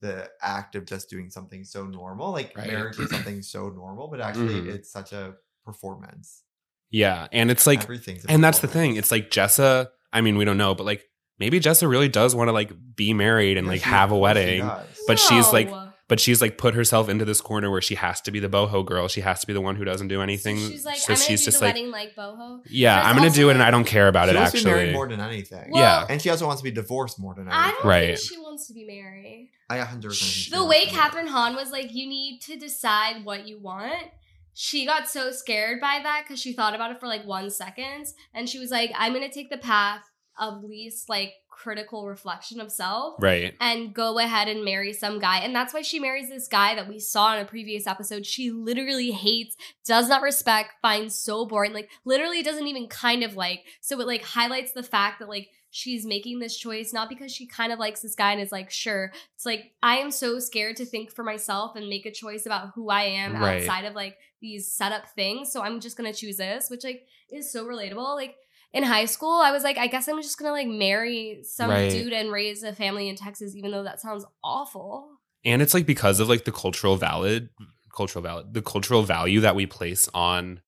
A: the act of just doing something so normal like
C: Right.
A: marriage is something so normal but actually
C: Mhm.
A: it's such a performance
C: Yeah. And it's like
A: everything's a
C: and that's the thing.
A: performance.
C: It's like Jessa, I mean, we don't know, but like maybe Jessa really does want to like be married and
A: Yeah,
C: like
A: she-
C: have a
A: she
C: wedding.
A: does.
C: but she's, like,
B: No.
C: But she's like put herself into this corner where she has to be the boho girl. She has to be the one who doesn't do anything.
B: So she's like,
C: so
B: I'm gonna
C: she's
B: do
C: just
B: the
C: like,
B: wedding like boho.
C: yeah,
B: There's
C: I'm gonna
B: also,
C: do it, and
B: like-
C: I don't care about
A: she
C: it.
A: wants to be
C: Actually,
A: married more than anything
B: Well,
C: yeah,
A: and she also wants to be divorced more than
B: I
A: anything
B: don't
C: Right.
B: think she wants to be married.
A: i 100
C: Sh-
B: The way Catherine Hahn was like, you need to decide what you want. She got so scared by that because she thought about it for like one second. And she was like, I'm going to take the path of least like critical reflection of self
C: right.
B: and go ahead and marry some guy. And that's why she marries this guy that we saw in a previous episode. She literally hates, does not respect, finds so boring, like literally doesn't even kind of like. So it like highlights the fact that like she's making this choice not because she kind of likes this guy and is like, sure. It's like I am so scared to think for myself and make a choice about who I am
C: Right.
B: outside of like these setup things. So I'm just gonna choose this, which like is so relatable. Like in high school, I was like, I guess I'm just gonna like marry some
C: Right.
B: dude and raise a family in Texas, even though that sounds awful.
C: And it's like because of like the cultural valid, cultural valid, the cultural value that we place on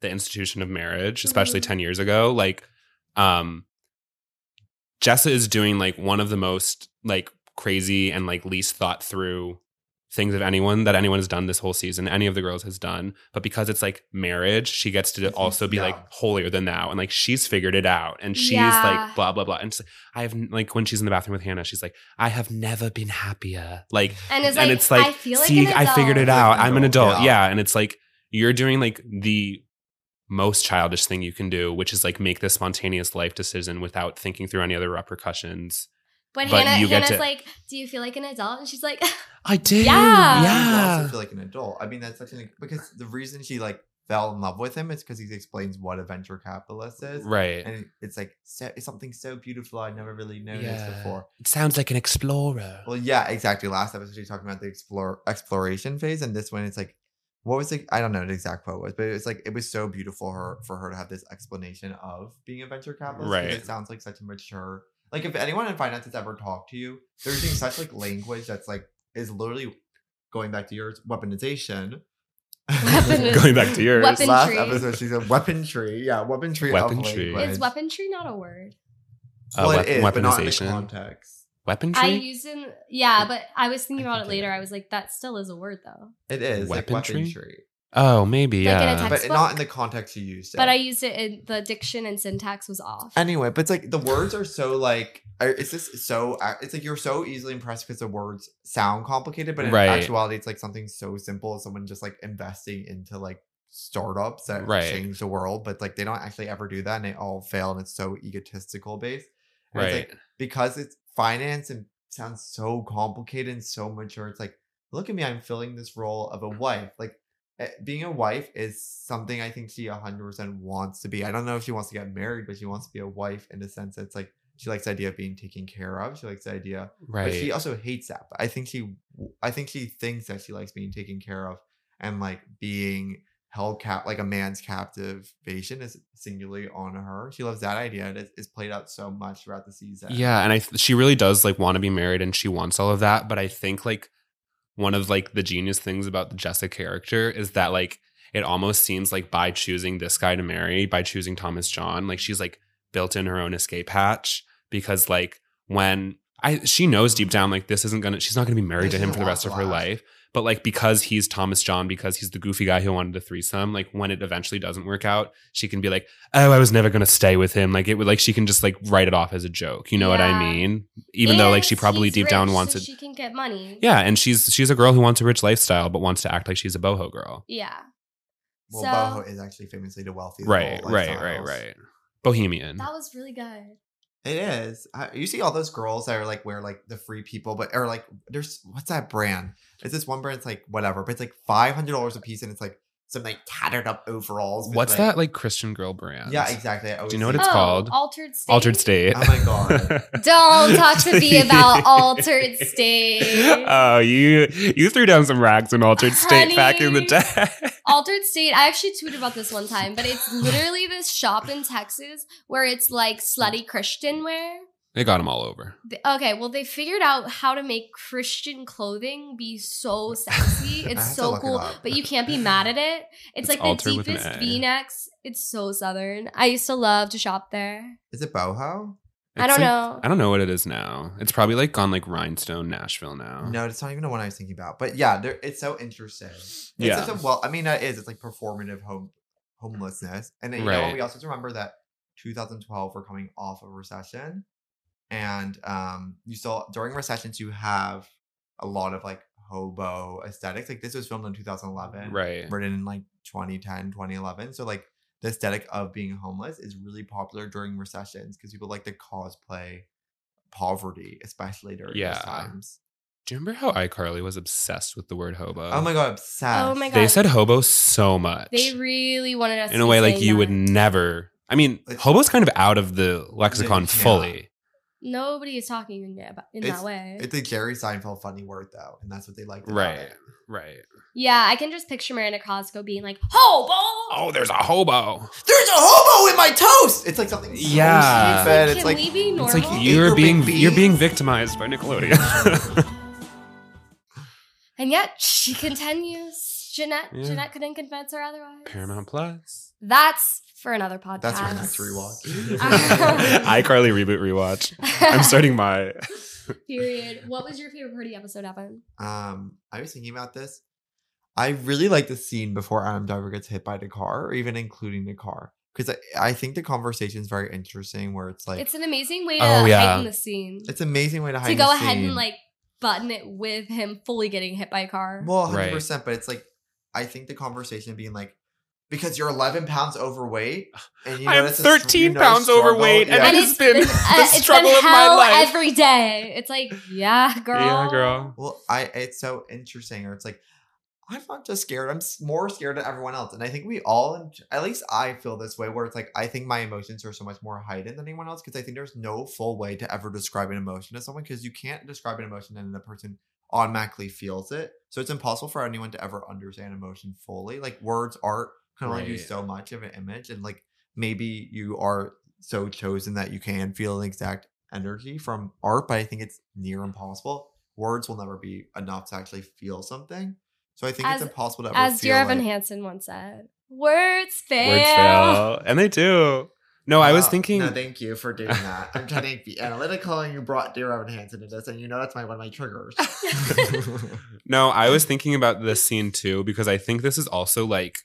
C: the institution of marriage, especially
B: Mhm.
C: ten years ago. Like, um, Jessa is doing like one of the most like crazy and like least thought through things of anyone that anyone has done this whole season any of the girls has done but because it's like marriage she gets to
A: Mhm.
C: also be
A: Yeah.
C: like holier than thou and like she's figured it out and she's
B: Yeah.
C: like blah blah blah and it's like, i have n- like when she's in the bathroom with hannah she's like i have never been happier like
B: And it's,
C: and
B: like,
C: it's like
B: I feel like
C: see
B: an
C: i figured it
B: adult.
C: out
A: Like an
C: i'm an
A: adult,
C: adult yeah.
A: yeah.
C: and it's like you're doing like the most childish thing you can do which is like make this spontaneous life decision without thinking through any other repercussions
B: But,
C: but
B: Hannah,
C: you get
B: Hannah's
C: to-
B: like, "Do you feel like an adult?" And she's like,
C: i did
B: Yeah.
A: yeah.
C: yeah
A: also feel like an adult. I mean, that's such an because the reason she like fell in love with him is because he explains what a venture capitalist is,
C: right
A: and it's like so, it's something so beautiful I never really noticed
C: Yeah.
A: before.
C: It sounds like an explorer.
A: Well, yeah, exactly. Last episode she talking about the explore exploration phase, and this one it's like, what was it? I don't know what the exact quote was, but it's like it was so beautiful her for her to have this explanation of being a venture capitalist. 'cause
C: Right.
A: It sounds like such a mature. Like if anyone in finance has ever talked to you, they're using such like language that's like is literally going back to yours weaponization. *laughs*
B: Weapon-
C: Going back to yours.
B: Weapon-
A: Last
B: Weaponry.
A: episode, she said weaponry. Yeah, weaponry.
C: Weaponry.
A: Weaponry. Of
B: "Is
A: language.
B: weaponry not a word?"
C: Uh,
A: Well, it
C: wep-
A: is, but not in the
C: weaponization.
A: context.
C: Weaponry?
B: I use in yeah, but I was thinking
A: I
B: about it
A: think it
B: later.
A: is.
B: I was like, "That still is a word, though."
A: It is like
C: Weaponry?
A: weaponry.
C: oh, maybe,
B: Like in a
C: yeah.
B: text-
A: but not in the context you used it.
B: But I used it in the diction and syntax was off.
A: anyway. But it's like the words are so like are- it's just so it's like you're so easily impressed because the words sound complicated, but in
C: Right.
A: actuality, it's like something so simple. Someone just like investing into like startups that
C: Right.
A: change the world, but like they don't actually ever do that, and they all fail, and it's so egotistical based. And it's
C: right.
A: like, because it's finance and sounds so complicated and so mature. It's like look at me, I'm filling this role of a wife. Like eh, being a wife is something I think she 100% wants to be. I don't know if she wants to get married, but she wants to be a wife in the sense that it's like she likes the idea of being taken care of. She likes the idea
C: Right.
A: but she also hates that. But I think she, I think she thinks that she likes being taken care of and like being held cap, like a man's captivation is singularly on her. She loves that idea. and It is played out so much throughout the season.
C: yeah, and I th- she really does like want to be married and she wants all of that, but I think like one of like the genius things about the Jessica character is that like it almost seems like by choosing this guy to marry, by choosing Thomas John, like she's like built in her own escape hatch because like when I she knows deep down like this isn't gonna she's not gonna be married
A: This
C: to him
A: isn't
C: for the
A: what
C: rest of her
A: lasts.
C: life. But like because he's Thomas John, because he's the goofy guy who wanted a threesome, like when it eventually doesn't work out, she can be like, "Oh, I was never gonna stay with him." Like it would like she can just like write it off as a joke. You know what
B: Yeah.
C: I mean? Even though like she
B: And
C: probably
B: he's
C: deep down
B: rich,
C: wants
B: so
C: it.
B: She can get money.
C: Yeah, and she's she's a girl who wants a rich lifestyle but wants to act like she's a boho girl.
B: Yeah.
A: Well,
B: so
A: Boho is actually famously the wealthiest. of all
C: right, right, right,
A: lifestyles.
C: right. Bohemian.
B: that was really good.
A: It is. I, you see all those girls that are like wear like the free people, but or like there's what's that brand? It's this one brand. It's like whatever, but it's like five hundred dollars a piece, and it's like some like tattered up overalls. with,
C: What's
A: like-
C: that like Christian girl brand?
A: Yeah, exactly. I always
C: know what
A: see
C: It's
B: oh,
A: that.
C: called
B: Altered State.
C: Altered *laughs* State.
A: Oh my God.
B: Don't talk to me
C: *laughs*
B: about Altered State.
C: Oh, you you threw down some rags in Altered State back in the day. *laughs*
B: Altered State. I actually tweeted about this one time, but it's literally this shop in Texas where it's like slutty Christian wear.
C: they got them all over.
B: Th- Okay, well, they figured out how to make Christian clothing be so
C: *laughs*
A: I
B: sexy.
A: have to
B: It's so
A: look it
B: cool,
A: up.
B: but you can't be mad at it. It's,
C: It's
B: like the
C: altered with an
B: deepest
C: A.
B: V necks. It's so southern. I used to love to shop there.
A: Is it boho?
B: I don't
C: It's like-
B: know.
C: I don't know what it is now. It's probably like gone like rhinestone Nashville now.
A: No, it's not even the one I was thinking about. But yeah, there, it's so interesting. It's
C: Yeah.
A: such a well. I mean, that is. It's like performative home homelessness, and then, you know what?
C: Right.
A: We also have to remember that 2012 we're coming off of recession, and um, you still during recessions you have a lot of like hobo aesthetics. Like this was filmed in 2011,
C: Right.
A: Written in like 2010, 2011. So like the aesthetic of being homeless is really popular during recessions because people like to cosplay poverty, especially during
C: Yeah.
A: those times.
C: Do you remember how iCarly was obsessed with the word hobo?
A: Oh my god, obsessed.
B: Oh my god.
C: They said hobo so much.
B: They really wanted us
C: in
B: to
C: a
B: be
C: way like
B: saying
C: you
B: that.
C: would never. I mean,
A: It's-
C: hobo's kind of out of the lexicon
A: Yeah.
C: fully.
B: Nobody is talking in, that- in
A: It's-
B: that way.
A: It's a Jerry Seinfeld funny word though, and that's what they like.
C: Right. Right.
B: yeah, I can just picture Miranda Cosco being like, "Hobo."
C: Oh, there's a hobo.
A: There's a hobo in my toast. It's like something. so
C: Yeah.
B: It's
A: stupid.
B: like,
A: It's
B: can
A: like,
B: we be normal?
C: It's like
A: Normal?
C: you're
A: Eager
C: being
A: big
C: you're being
A: beans.
C: victimized
A: *laughs*
C: by Nickelodeon.
B: and yet she continues. Jeanette,
C: Yeah.
B: Jeanette couldn't convince her otherwise.
C: Paramount Plus.
B: *laughs* That's for another podcast.
A: that's my next
B: *laughs*
A: rewatch.
B: Um,
C: iCarly reboot rewatch. I'm starting my.
B: Period. What was your favorite party episode, Evan?
A: um, I was thinking about this. I really like the scene before Adam Driver gets hit by the car, or even including the car, because I, I think the conversation is very interesting. Where it's like
B: It's an amazing way to
C: Oh, yeah.
B: heighten the scene.
A: it's an amazing way to hide
B: to go
A: the
B: ahead and
A: scene.
B: like button it with him fully getting hit by a car.
A: Well,
C: Right.
A: hundred percent. But it's like I think the conversation being like, because you're 11 pounds overweight, and you
C: I'm
A: notice a str- you
C: 13
A: notice
C: pounds
A: struggle-
C: overweight, and
A: Yeah.
C: it has been the
B: it's
C: struggle of my
B: hell
C: life.
B: every day. It's like, yeah, girl.
C: Yeah, girl.
A: Well, I it's so interesting, or it's like I'm not just scared; I'm s- more scared than everyone else. And I think we all, at least I feel this way, where it's like I think my emotions are so much more heightened than anyone else because I think there's no full way to ever describe an emotion to someone because you can't describe an emotion and the person automatically feels it. So it's impossible for anyone to ever understand emotion fully. Like words, art can only do
C: Right.
A: so much of an image, and like maybe you are so chosen that you can feel an exact energy from art, but I think it's near impossible. Words will never be enough to actually feel something. So I think
B: As-
A: it's impossible to ever
B: As
A: feel
B: dear Evan
A: like-
B: Hansen once said, words fail.
C: Words fail. And they do. No, I was
A: Wow.
C: thinking.
A: Oh, No, thank you for doing that. I'm trying
B: *laughs*
A: to be analytical, and you brought dear Evan Hansen into this, and you know that's my one of my
B: *laughs*
A: triggers.
C: No, I was thinking about this scene too because I think this is also like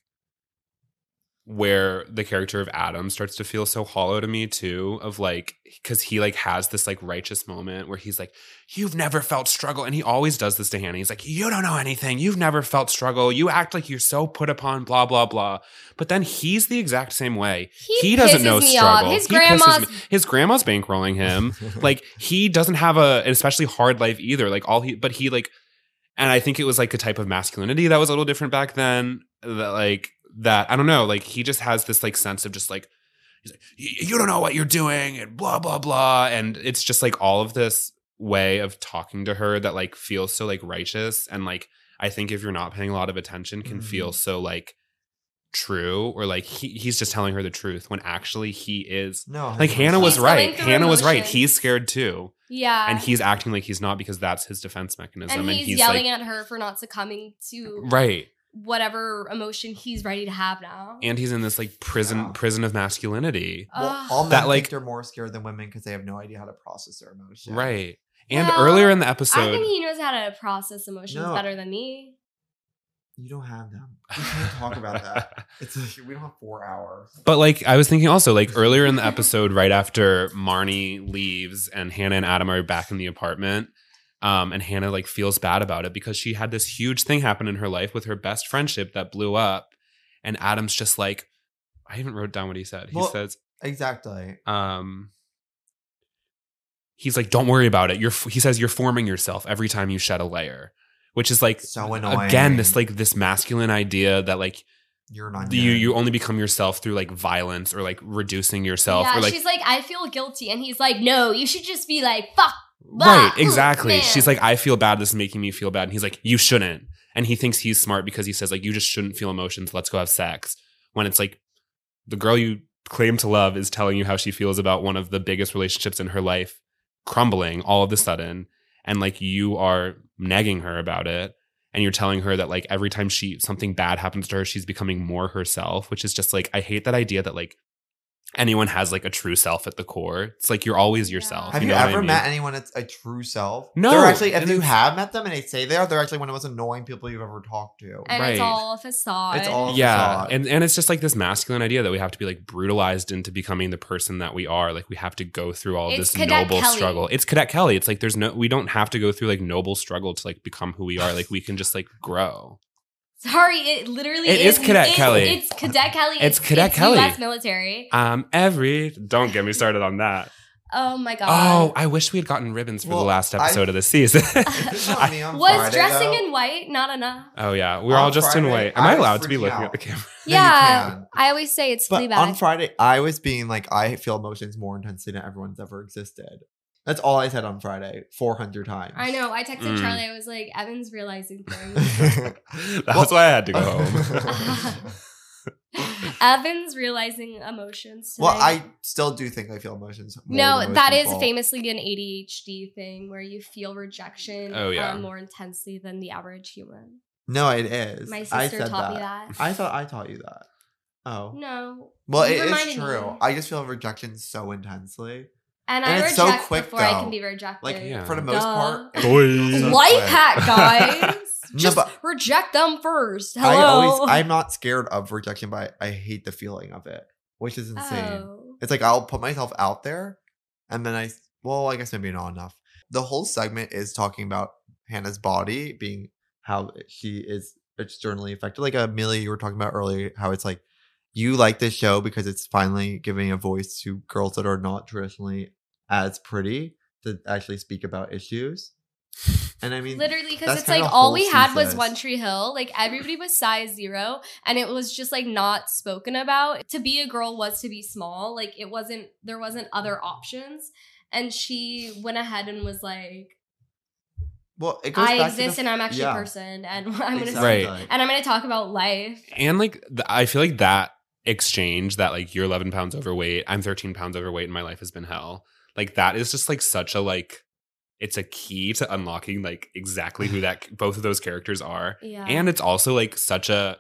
C: where the character of Adam starts to feel so hollow to me too of like cuz he like has this like righteous moment where he's like you've never felt struggle and he always does this to Hannah. He's like you don't know anything. You've never felt struggle. You act like you're so put upon blah blah blah. But then he's the exact same way. He, doesn't
B: pisses
C: know
B: me
C: struggle.
B: Off. His
C: He pisses
B: grandma's
C: me- his grandma's *laughs* bankrolling him like he doesn't have a an especially hard life either like all he but he like And I think it was like a type of masculinity that was a little different back then. That like that I don't know. Like he just has this like sense of just like he's like "Y- you don't know what you're doing and blah blah blah. And it's just like all of this way of talking to her that like feels so like righteous and like I think if you're not paying a lot of attention can
A: Mhm.
C: feel so like true or like he, he's just telling her the truth when actually he
A: *laughs*
C: is
A: No,
C: like Hannah was
B: Oh, He's
C: right.
B: going through
C: Hannah was right.
B: emotions.
C: He's scared too,
B: Yeah.
C: and he's acting like he's not because that's his defense mechanism.
B: and
C: And,
B: he's, yelling at her for not succumbing to
C: at right,
B: whatever emotion he's ready to have now.
C: and he's in this like prison
A: Yeah.
C: prison of masculinity.
A: Well,
B: Ugh.
A: all men
C: That,
A: that
C: like-
A: like are more scared than women because they have no idea how to process their emotion.
C: Right, and
B: Well,
C: earlier in the
B: I
C: episode,
B: think he knows how to process emotions
A: No.
B: better than me.
A: You don't have them. We can't talk about
C: *laughs*
A: that. It's like we don't have four hours.
C: But like I was thinking also like earlier in the episode, right after Marnie leaves and Hannah and Adam are back in the apartment, um, and Hannah like feels bad about it because she had this huge thing happen in her life with her best friendship that blew up, and Adam's just like, I even wrote down what he said. He
A: Well-
C: says,
A: Exactly.
C: um, he's like, don't worry about it. You're f-, he says you're forming yourself every time you shed a layer, which is like
A: So annoying.
C: again this like this masculine idea that like
A: you're not
C: you you only become yourself through like violence or like reducing yourself
B: yeah,
C: or like
B: she's like, I feel guilty, and he's like, No, you should just be like, fuck.
C: right
B: "Bah, ooh,
C: exactly
B: man."
C: she's like i feel bad this is making me feel bad and he's like you shouldn't and he thinks he's smart because he says like you just shouldn't feel emotions let's go have sex when it's like the girl you claim to love is telling you how she feels about one of the biggest relationships in her life crumbling all of a sudden and like you are negging her about it and you're telling her that like every time she something bad happens to her she's becoming more herself which is just like i hate that idea that like anyone has like a true self at the core it's like you're always
B: Yeah.
C: yourself
A: Have you,
C: know what I
A: ever
C: mean?
A: met anyone that's a true self?
C: No,
A: They're actually, if
C: and
A: you
C: it's-
A: have met them and they say they are, they're actually one of the most annoying people you've ever talked to. *laughs*
B: And
C: Right.
B: it's all a facade.
A: It's all-
C: yeah
A: facade.
C: and, and it's just like this masculine idea that we have to be like brutalized into becoming the person that we are like we have to go through all
B: It's
C: this
B: Cadet
C: noble
B: Kelly.
C: struggle it's cadet kelly it's like there's no we don't have to go through like noble struggle to like become who we are like we can just like grow
B: Sorry, it literally
C: It is Cadet
B: it's-
C: Kelly.
B: It's Cadet Kelly.
C: It's Cadet Kelly.
B: US military.
C: um every don't get me started on
B: *laughs*
C: that
B: Oh my
C: oh
B: god.
C: i wish we had gotten ribbons for
A: Well,
C: the last
A: I-
C: episode of the
A: *laughs*
C: season
A: If you
C: *laughs*
A: saw me on
B: Was
A: Friday,
B: dressing
A: though,
B: in white not enough?
C: oh yeah we're
A: On
C: all just in
A: Friday,
C: white am
A: I
C: i
A: was
C: allowed to be
A: freaking
C: looking at
A: out.
C: the camera *laughs*
A: No, you
B: yeah.
A: can.
B: I always say it's
A: But on
B: Fleabag.
A: Friday, I was being like, I feel emotions more intensely than everyone's ever existed. That's all I said on Friday, 400 times. *laughs*
B: I know. I texted
C: Mm.
B: Charlie. I was like, Evan's realizing things. *laughs*
C: that's why i
A: *laughs*
C: had to go home
B: Evan's realizing emotions.
A: well,
B: today.
A: I still do think I feel emotions. More
B: No,
A: than most
B: that is
A: people.
B: famously an ADHD thing where you feel rejection
C: Oh, yeah.
B: um, more intensely than the average human.
A: No, it is.
B: My
A: I
B: sister
A: said
B: taught
A: that.
B: me that.
A: I thought I taught you that. Oh.
B: No.
A: Well,
B: you
A: it is
B: reminded me.
A: true. I just feel rejection so intensely.
B: And, I
A: and it's so
B: reject
A: quick,
B: before I
A: though.
B: can be rejected.
A: Like
C: Yeah.
A: for the most
B: Duh.
A: part, it
C: Boy.
A: feels so
B: Life
A: quick.
B: hack, guys.
A: *laughs* No,
B: Just
A: but-
B: reject them first. Hello.
A: I always, I'm not scared of rejection, but I, I hate the feeling of it, which is insane.
B: Oh.
A: It's like I'll put myself out there, and then I, well, I guess maybe not enough. The whole segment is talking about Hannah's body being how she is externally affected. Like Amelia, you were talking about earlier, how it's like you like this show because it's finally giving a voice to girls that are not traditionally as pretty to actually speak about issues. And I mean,
B: Literally, because
A: that's
B: it's
A: kinda
B: like all
A: whole
B: we had was
A: thesis.
B: One Tree Hill. Like everybody was size zero, and it was just like not spoken about. To be a girl was to be small. Like it wasn't. There wasn't other options, and she went ahead and was like,
A: well, it goes
B: "I
A: back to the f-
B: exist, and I'm actually
A: yeah,
B: a person, and *laughs* I'm gonna
C: Exactly. Right.
B: and I'm gonna talk about life."
C: and like th- i feel like that exchange that like you're 11 pounds overweight i'm 13 pounds overweight and my life has been hell like that is just like such a like it's a key to unlocking like exactly who that
A: *laughs*
C: both of those characters are
B: Yeah.
C: and it's also like such a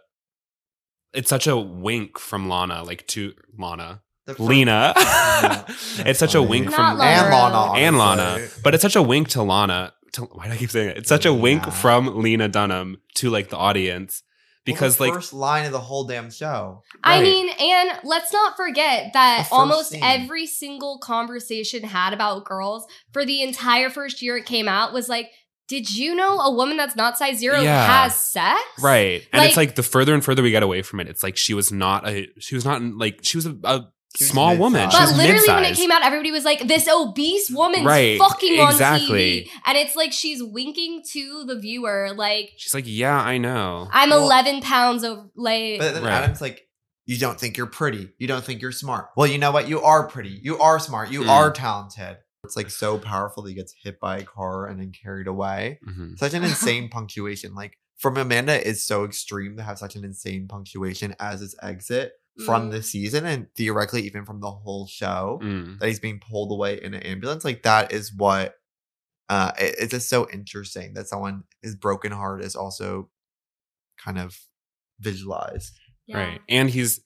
C: it's such a wink from lana like to lana
A: The fir-
C: lena *laughs*
A: Yeah,
C: it's
A: that's
C: such a
A: funny.
C: wink
B: Not
C: from
B: Lana.
A: and Lana,
B: Laura.
C: and Lana.
A: honestly.
C: But it's such a wink to Lana. To, why do I keep saying that? It's such a wink
A: Lena.
C: from Lena Dunham to like the audience because
A: Well, the
C: like
A: first line of the whole damn show.
B: I
C: Right.
B: mean, and let's not forget
A: The
B: that
A: first
B: almost
A: scene.
B: every single conversation had about girls for the entire first year it came out was like, did you know a woman that's not size zero
C: Yeah.
B: has sex?
C: right, and it's
B: Like-
C: like the further and further we get away from it, it's like she was not a she was not like she was a, a
A: She was
C: small woman.
A: mid-sized.
C: She's
B: But literally, when it
C: mid-sized.
B: came out, everybody was like, "This obese woman's
C: Right,
B: fucking on
C: exactly.
B: TV," and it's like she's winking to the viewer, like,
C: She's like, yeah, I know.
B: "I'm
A: Well-
B: 11 pounds over." Like,
A: But then
C: Right.
A: Adam's like, you don't think you're pretty. You don't think you're smart. Well, you know what? You are pretty. You are smart. You
C: Mm.
A: are talented. It's like so powerful that he gets hit by a car and then carried away.
C: Mhm.
A: Such
B: *laughs*
A: an insane punctuation. Like from Amanda is so extreme to have such an insane punctuation as its exit from
B: Mm.
A: the season and theoretically even from the whole show
C: Mm.
A: that he's being pulled away in an ambulance. Like that is what uh it- it's just so interesting that someone is broken heart is also kind of visualized.
B: yeah.
C: Right. And he's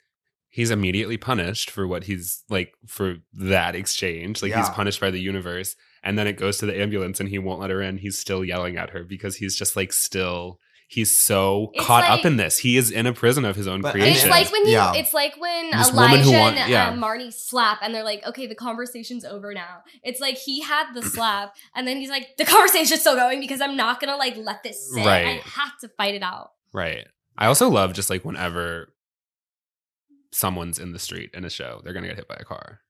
C: he's immediately punished for what he's like for that exchange. Like he's
A: Yeah.
C: punished by the universe. And then it goes to the ambulance and he won't let her in. He's still yelling at her because he's just like still he's so
B: It's
C: caught up
B: like-
C: in this. He is in a prison of his own
A: But- And
C: creation.
B: It's like when you,
A: Yeah.
B: it's like when
C: This woman
B: Elijah
C: who want-
B: and
C: yeah.
B: uh, Marty slap, and they're like, "Okay, the conversation's over now." It's like he had the slap, and then he's like, "The conversation's still going because I'm not gonna like let this sit. I
C: Right.
B: have to fight it out."
C: Right. I also love just like whenever someone's in the street in a show, they're gonna get hit by a car.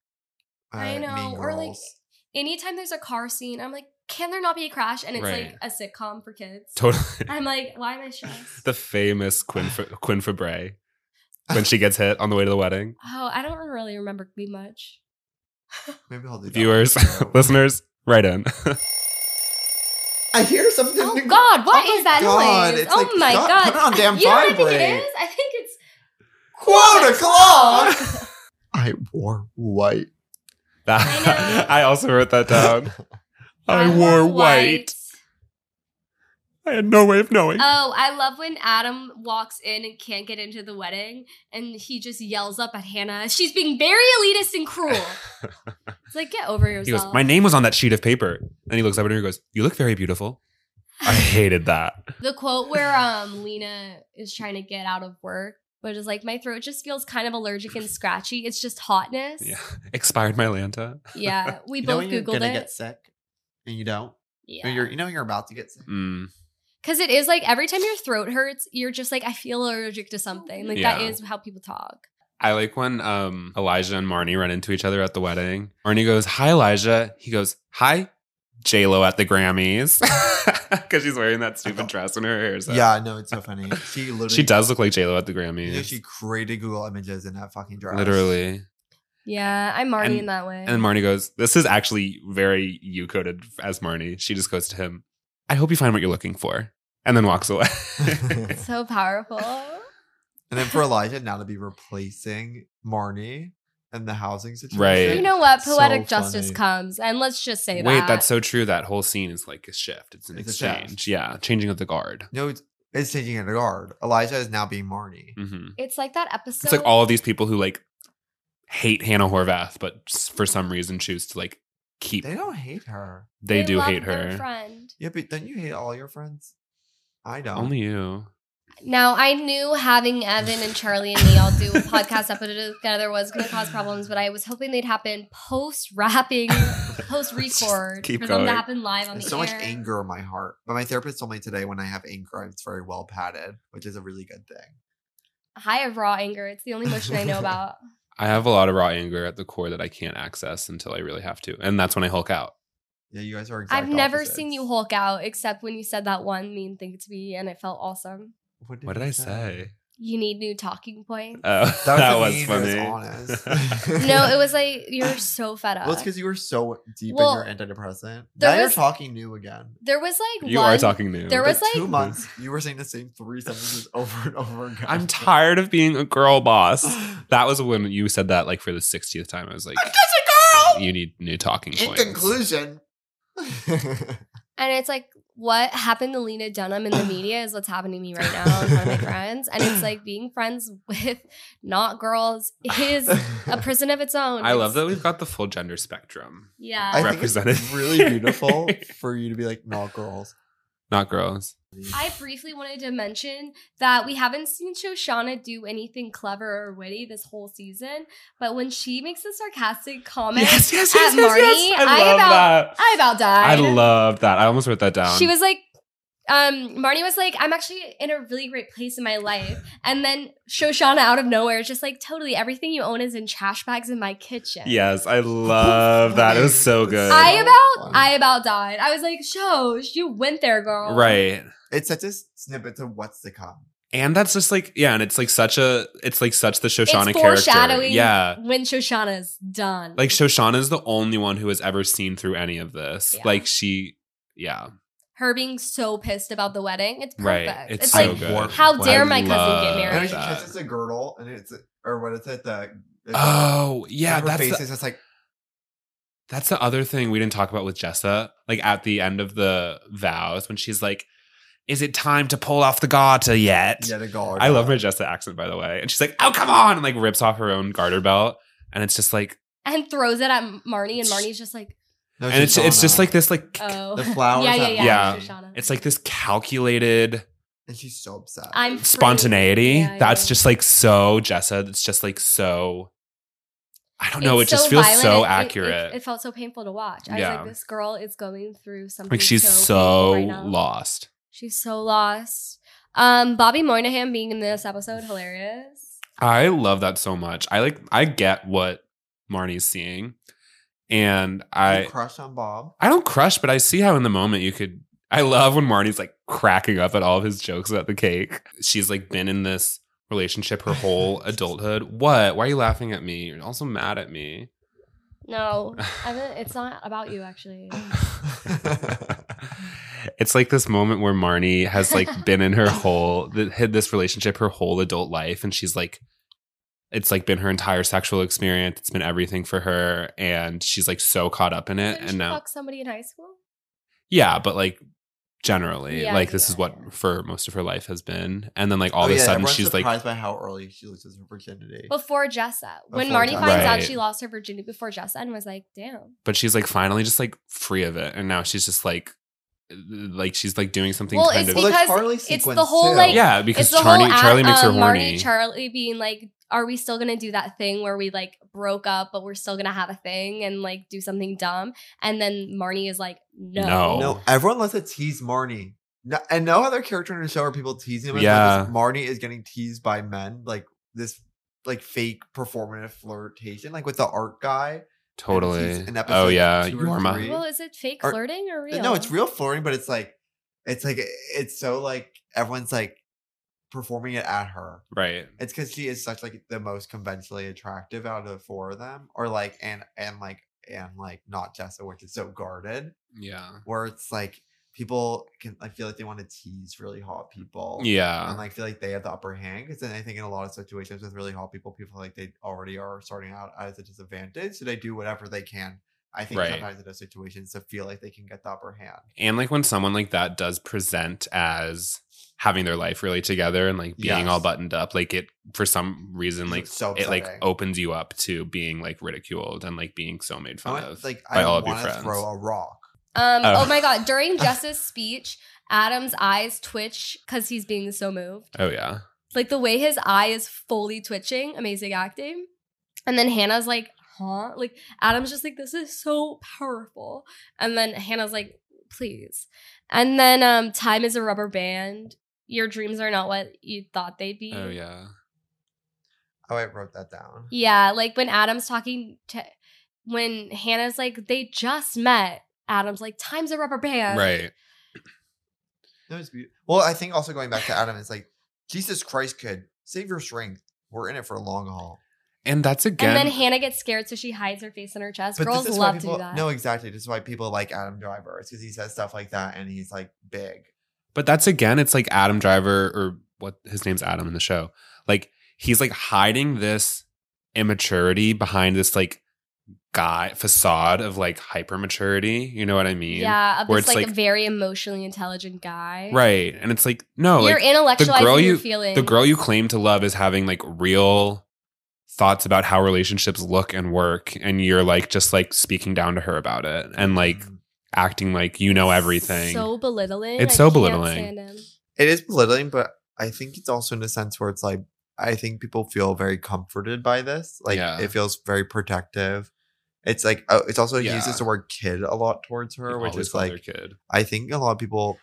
B: I
A: uh, Mean
B: know, or, like,
A: Girls.
B: Anytime there's a car scene, I'm like, "Can there not be a crash?" And it's
C: Right.
B: like a sitcom for kids.
C: Totally.
B: I'm like, "Why am I stressed?"
C: the famous Quinn Fa- *sighs* Quinn *laughs* Fabray when she gets hit on the way to the wedding.
B: oh, I don't really remember me
A: *laughs*
B: much.
A: Maybe I'll do that one *laughs*
C: Viewers,
A: tomorrow.
C: listeners, write in. *laughs*
A: I hear something.
B: Oh God, what is
A: my
B: that
A: God,
B: noise?
A: it's
B: oh
A: like,
B: my
A: stop,
B: God!
A: put it on damn
B: you know what I think it
A: vibrate.
B: is? I think it's
A: Quote
B: *laughs*
A: o'clock. I wore white.
C: That- I, also wrote that
A: *laughs*
C: down. *laughs* *laughs* I,
B: I'm
C: wore
B: all
C: white. I had no way of knowing. *laughs*
B: Oh, I love when Adam walks in and can't get into the wedding, and he just yells up at Hannah, "She's being very elitist and cruel." it's like, get over yourself.
C: he goes, My name was on that sheet of paper. And he looks up at her and goes, You look very beautiful. I hated that.
B: the quote where um Lena is trying to get out of work, but is like, "My throat just feels kind of allergic and scratchy. It's just hotness."
C: Yeah. Expired my Lanta.
B: *laughs* Yeah, we
A: You know
B: both
A: when you're
B: googled
A: gonna
B: it.
A: get sick, and you don't. Or
B: yeah,
A: You're, you know you're about to get sick.
C: Mm.
B: because it is like every time your throat hurts, you're just like, "I feel allergic to something." Like that
C: Yeah.
B: is how people talk.
C: I like when um, Elijah and Marnie run into each other at the wedding. Marnie goes, "Hi, Elijah." He goes, "Hi, J Lo at the Grammys," *laughs* because she's wearing that
A: *laughs*
C: stupid dress and her hair. is up.
A: Yeah, no, it's so *laughs* funny. She literally.
C: she does look like J Lo at the
A: you know
C: Grammys,
A: she created Google Images in that fucking dress. *laughs*
C: literally.
B: Yeah, I'm Marty
C: And-
B: in that way.
C: And then Marnie goes, "This is actually very you coded as Marnie." She just goes to him, "I hope you find what you're looking for," and then walks
A: *laughs*
C: away.
A: and
B: so powerful.
A: then for Elijah now to be replacing Marnie and the housing situation.
C: Right.
B: You know what?
A: So
B: Poetic justice
A: funny.
B: comes, and let's just *laughs* say
C: Wait,
B: that.
C: that's so true. That whole scene is like a shift. It's an
A: It's a shift.
C: exchange. Yeah, changing of the guard.
A: No, it's, it's taking it a guard. Elijah is now being Marnie.
C: hmm
B: it's like that episode.
C: It's like all of these people who like hate Hannah Horvath, but s- for some reason choose to like keep.
A: They
C: They,
A: don't hate her.
C: do
B: love
C: hate
B: their
C: her.
B: Friend.
A: Yeah, but don't you hate all your friends? I don't.
C: Only
A: *laughs*
C: you.
B: Now I knew having Evan and Charlie and me all
C: *laughs*
B: do a podcast episode together was going to cause problems, but I was hoping they'd happen post
C: *laughs*
B: wrapping, post record,
C: keep
B: for them to
C: going.
B: happen live on
A: There's
B: the
A: so
B: air.
A: much anger in my heart. But my therapist told me today when I have anger, it's very well padded, which is a really good thing.
B: I have raw anger. It's the only emotion I
C: *laughs*
B: know about.
C: I have a lot of raw anger at the core that I can't access until I really have to, and that's when I hulk out.
A: Yeah, you guys are.
B: I've
A: exact
B: never seen
A: opposites.
B: you Hulk out except when you said that one mean thing to me, and it felt awesome.
C: What did
A: you
C: I say?
B: You need new talking
C: *laughs*
B: points.
C: Oh,
A: That was,
C: that was,
A: mean,
C: funny.
A: It was
C: *laughs*
A: honest.
B: no, it was like you're so fed up.
A: Well, it's because you were so deep
B: Well,
A: in your antidepressant.
B: there
A: Now you're
B: was-
A: talking new again.
B: There was like
C: you
B: one,
C: are talking new.
B: there
A: For
B: was,
A: two
B: like-
A: months. You were saying the same three sentences *laughs* over and over again.
C: I'm tired of being a
A: *laughs*
C: girl boss. That was when you said that, like for the 60th time. I was like,
A: just a
C: you need new talking
A: In
C: points.
A: conclusion.
B: and it's like what happened to Lena Dunham in
C: *coughs*
B: the media is what's happening to me right now in front of my friends, and it's like being friends *laughs* with not girls is
C: *laughs*
A: *laughs*
B: a prison of its own.
C: I love
B: It's-
C: that we've got the full gender spectrum.
B: Yeah,
A: I
B: I,
A: think it's
C: Represented.
A: really
B: *laughs*
A: beautiful for you to be like, not girls.
C: Not girls.
B: briefly wanted to mention that we haven't seen Shoshana do anything clever or witty this whole season, but when she makes a sarcastic comment,
C: yes,
B: at Marnie, I about- I about died.
C: I love that. I almost wrote that down.
B: She was like, um, Marnie was like, I'm actually in a really great place in my life. And then Shoshana out of nowhere is just like, totally everything you own is in trash bags in my kitchen.
C: Yes, I love that. It was
B: *laughs*
C: so good.
B: I
A: Oh, Wow.
B: about I about died. I was like, Shosh, you went there, girl.
C: right.
A: It's such a snippet to what's to come.
C: And that's just like yeah, and it's like such a it's like such the Shoshana
B: it's
C: character.
B: foreshadowing
C: Yeah.
B: when Shoshana's done.
C: Like Shoshana is the only one who has ever seen through any of this.
B: Yeah.
C: Like she yeah.
B: her being so pissed about the wedding. It's
C: Right.
B: perfect.
C: It's
B: It's,
C: so
B: like
C: good.
B: how
A: Wow.
B: dare
C: I
B: my cousin get
C: love
B: married?
A: And then she
C: that.
A: kisses a girdle, and it's or what is it? The it's-
C: Oh, yeah,
A: her
C: that's
A: face
C: the,
A: is just like
C: That's the other thing we didn't talk about with Jessa. Like at the end of the vows, when she's like, "Is it time to pull off the garter yet?"
A: yeah, the guard.
C: I love her Jessa accent, by the way. And she's like, "Oh, come on!" and like rips off her own garter belt, and it's just like,
B: and throws it at Marnie, and Marnie's just like,
A: No,
C: and it's
A: Oh, she's
C: it's
A: gone
C: just
A: now.
C: like this, like
B: oh,
A: The flowers
B: yeah, yeah,
A: have
B: yeah,
C: Yeah.
B: Shoshana.
C: it's like this calculated
A: and she's so upset.
B: I'm free.
C: spontaneity.
B: Yeah,
C: That's
B: yeah.
C: just like so Jessa. That's just like so. I don't know.
B: It's
C: Oh, it just
B: so
C: feels
B: violent. It-
C: so
B: it- it-
C: accurate.
B: It, felt so painful to watch. I was
C: Yeah.
B: like, this girl is going through something.
C: like she's so,
B: so, painful right now.
C: lost.
B: She's so lost. Um, Bobby Moynihan being in this episode hilarious.
C: I love that so much. I like I get what Marnie's seeing. And
A: I
C: I
A: crushed on
B: *laughs*
A: Bob.
C: I don't crush, but I see how in the moment you could I love when Marnie's like cracking up at all of his jokes about the cake. She's like been in this relationship her whole adulthood. What? Why are you laughing at me? You're also mad at me.
B: No,
C: *laughs*
B: Evan, it's not about you actually.
C: it's like this moment where Marnie has like been in her whole that had this relationship her whole adult life and she's like it's like been her entire sexual experience. It's been everything for her and she's like so caught up in it
B: Didn't she
C: and now
B: fuck somebody in high school?
C: yeah, but like generally
B: Yeah,
C: like
B: yeah,
C: this is what
B: yeah.
C: for most of her life has been and then like all
A: Oh,
C: of a
A: yeah,
C: sudden
A: everyone's
C: she's like
A: surprised by how early she loses her virginity.
B: Before Jessa. When
A: Before
B: Marnie
A: Jessa.
B: finds out
C: Right.
B: she lost her virginity before Jessa and was like, damn.
C: but she's like finally just like free of it and now she's just like like she's like doing something
B: Well,
C: kind
B: it's
C: of
A: Well, there's
B: because
A: Harley
B: it's the
A: sequence,
B: whole,
A: too.
B: like-
C: yeah because
B: it's the
C: Charlie
B: whole at,
C: Charlie makes her
B: um,
C: horny
B: Marnie Charlie being like, are we still gonna do that thing where we like broke up, but we're still gonna have a thing and like do something dumb? And then Marnie is like, no.
C: No.
A: No, everyone loves to tease Marnie. No, and no other character in the show are people teasing him. It's like
C: Yeah.
A: this- Marnie is getting teased by men, like this, like fake performative flirtation, like with the art guy.
C: Totally.
A: in episode
C: Oh yeah,
A: two or
C: you are my.
A: three.
B: Well, is it fake
A: Or-
B: flirting or real?
A: No, it's real flirting, but it's like, it's like it's so like everyone's like performing it at her.
C: Right.
A: It's because she is such like the most conventionally attractive out of the four of them, or like and and like and like not Jessa, which is so guarded.
C: Yeah.
A: where it's like people can I feel like they want to tease really hot people. And
C: Yeah.
A: like feel like they have the upper hand. Cause then I think in a lot of situations with really hot people, people feel like they already are starting out as a disadvantage. So they do whatever they can. I think
C: Right.
A: sometimes in those situations to feel like they can get the upper hand.
C: And like when someone like that does present as having their life really together and like being all
A: Yes.
C: buttoned up, like it for some reason
A: It's
C: like
A: so
C: it like
A: upsetting.
C: opens you up to being like ridiculed and like being so made
A: I
C: fun
A: want,
C: of.
A: like I
C: by all of your
A: want to throw a
C: friends.
A: rock.
B: Um,
C: Oh.
B: oh. my
A: *laughs*
B: god! During Jess's speech, Adam's eyes twitch because he's being so moved.
C: Oh yeah.
B: Like the way his eye is fully twitching, amazing acting. And then Hannah's like, "Huh?" Like Adam's just like, "This is so powerful." And then Hannah's like, "Please." And then um, time is a rubber band. Your dreams are not what you thought they'd be.
C: Oh yeah.
A: Oh, I wrote that down.
B: Yeah, like when Adam's talking to when Hannah's like, "They just met." Adam's like, "Time's a rubber band."
C: Right.
A: No, it's beautiful. Well, I think also going back to Adam, it's like, Jesus Christ, kid, save your strength. We're in it for a long haul.
C: And that's
B: And
C: again.
B: then Hannah gets scared, so she hides her face in her chest.
A: But
B: Girls
A: this is
B: love
A: why people,
B: to do that.
A: No, exactly. This is why people like Adam Driver. It's because he says stuff like that and he's like big.
C: But that's again, it's like Adam Driver or what his name's Adam in the show. Like he's like hiding this immaturity behind this like guy facade of like hyper maturity. You know what I mean?
B: yeah, of
C: Where
B: this
C: it's
B: like, a
C: like-
B: very emotionally intelligent guy.
C: Right. And it's like, no,
B: You're
C: Oh, like
B: intellectualizing
C: girl you-
B: your
C: the
B: feelings.
C: the girl you claim to love is having like real thoughts about how relationships look and work. And you're like just like speaking down to her about it and like
A: Mm.
C: acting like you know everything.
B: Mm-hmm. So belittling.
C: It's
B: I
C: so
B: can't
C: belittling.
B: stand him.
A: it is belittling, but I think it's also in a sense where it's like I think people feel very comforted by this. Like
C: Yeah.
A: it feels very protective. It's like oh, it's also he
C: Yeah.
A: uses the word kid a lot towards her,
C: You
A: which
C: always
A: is
C: call her
A: like
C: kid.
A: I think a lot of people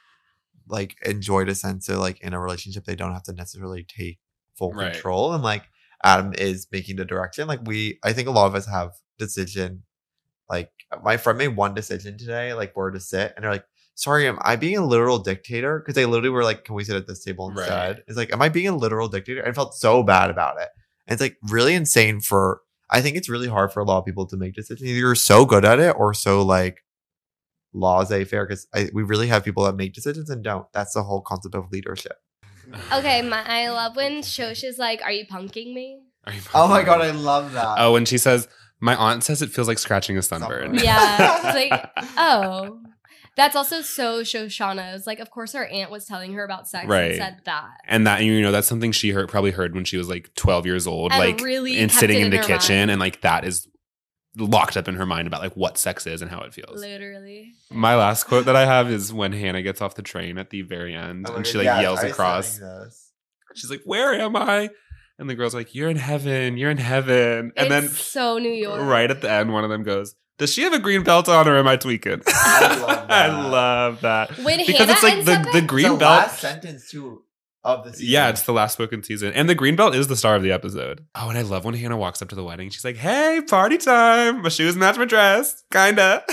A: like enjoyed a sense of like in a relationship they don't have to necessarily take full
C: Right.
A: control and like Adam is making the direction. Like we I think a lot of us have decision like my friend made one decision today, like where to sit, and they're like, sorry, am I being a literal dictator? Because they literally were like, Can we sit at this table
C: Right.
A: instead? It's like, am I being a literal dictator? And I felt so bad about it. And it's like really insane for I think it's really hard for a lot of people to make decisions. Either you're so good at it or so like laissez faire because we really have people that make decisions and don't. That's the whole concept of leadership.
B: Okay,
C: *laughs*
B: my, I love when Shosh is like, "Are you punking me?"
C: Are you-
A: Oh love that.
C: *laughs* Oh, and she says, "My aunt says it feels like scratching a sunburn." *laughs*
A: Sunburn.
B: Yeah, it's like- Oh, that's also so Shoshana. It's like, of course, her aunt was telling her about sex
C: Right.
B: and said that,
C: and that you know that's something she heard probably heard when she was like 12 years old,
B: and
C: like
B: really
C: and
B: kept
C: sitting
B: it
C: in the
B: her
C: kitchen,
B: mind.
C: and like that is locked up in her mind about like what sex is and how it feels.
B: literally.
C: My last quote that I have is when Hannah gets off the train at the very end, and she like yells across. She's like, "Where am I?" And the girl's like, "You're in heaven. You're in heaven." And
B: it's so New
C: then
B: York.
C: right at the end, one of them goes, "Does she have a green belt on, or am I tweaking?"
A: I love
C: *laughs* I
A: that.
C: love that.
B: When
C: because
B: Hannah
C: it's like
B: ends
C: the,
B: up
C: the
B: in-
C: green belt.
A: sentence too of the
C: Yeah, it's the last book in season, and the green belt is the star of the episode. Oh, and I love when Hannah walks up to the wedding. She's like, "Hey, party time! My shoes match my dress,
B: *laughs*
C: kinda."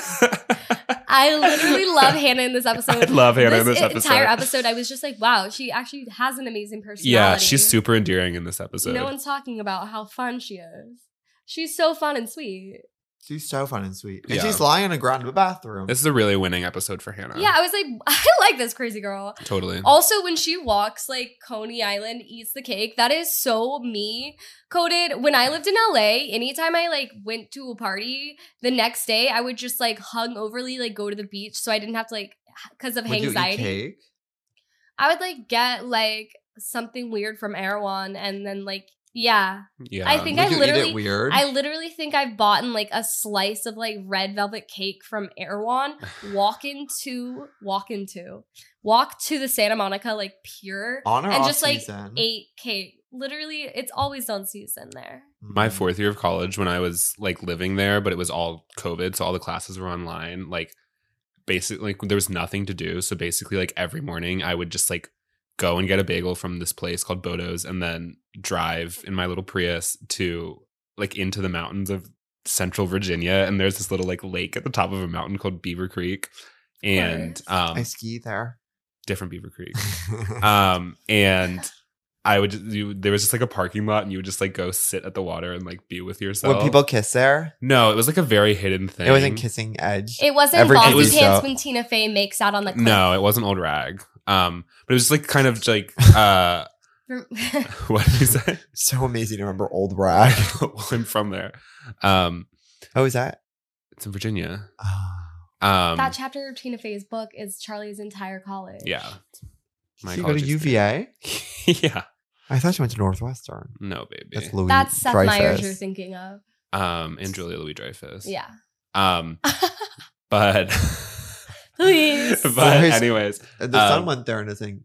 B: I
C: *laughs*
B: literally love Hannah in this
C: I
B: episode.
C: love Hannah in
B: this
C: this
B: e-
C: episode.
B: entire episode, I was just like, wow, she actually has an amazing personality.
C: Yeah, she's super endearing in this episode.
B: No one's talking about how fun she is. She's so fun and sweet.
A: she's so fun and sweet, and
C: Yeah.
A: she's lying on the ground in the bathroom.
C: this is a really winning episode for Hannah.
B: Yeah, I was like, *laughs* I like this crazy girl.
C: totally.
B: Also, when she walks like Coney Island, eats the cake, that is so me coded. When I lived in LA, anytime I like went to a party, the next day I would just like hung overly like go to the beach so I didn't have to like because of
A: Would you eat
B: anxiety.
A: cake?
B: I would like get like something weird from Erewhon and then like yeah.
C: yeah,
B: I think
A: Would
B: I
A: you eat
B: literally-
A: it weird?
B: I literally think I've bought like a slice of like red velvet cake from Erewhon.
C: *laughs*
B: Walk into walk into walk to the Santa Monica like pure
A: on or
B: and
A: off
B: just, like,
A: season?
B: eight cake. Literally, it's always on season there.
C: my
A: Mm.
C: fourth year of college when I was like living there, but it was all COVID, so all the classes were online. Like basically, like, there was nothing to do. So basically, like every morning, I would just like go and get a bagel from this place called Bodo's, and then drive in my little Prius to like into the mountains of Central Virginia, and there's this little like lake at the top of a mountain called Beaver Creek, and um,
A: I ski *laughs* there.
C: different Beaver Creek um and i would you, there was just like a parking lot and you would just like go sit at the water and like be with yourself
A: Would people kiss there?
C: no it was like a very hidden thing
A: It wasn't kissing edge.
B: It wasn't
A: Every
B: bossy
C: kid was
B: pants
A: so-
B: when Tina Fey makes out on the cliff.
C: no it wasn't old rag um but it was just like
A: *laughs*
C: kind of like uh *laughs*
B: *laughs*
C: what did you say
A: so amazing to remember old *laughs* rag.
C: well, *laughs* i'm from there um
A: Oh, is *sighs* that?
C: it's in virginia
A: Ah.
C: um
B: that chapter of Tina Fey's book is Charlie's entire college.
C: yeah *laughs* My
A: Did you go to
C: college
A: UVA?
C: yeah
A: I thought she went to Northwestern.
C: no baby
A: That's Louis.
B: That's Seth Meyers
A: Dreyfus.
B: you're thinking of.
C: um and julia louis dreyfus
B: Yeah. *laughs*
C: um but
B: Please.
C: *laughs* but
A: There's-
C: anyways
A: And the son
C: Um,
A: went there and is in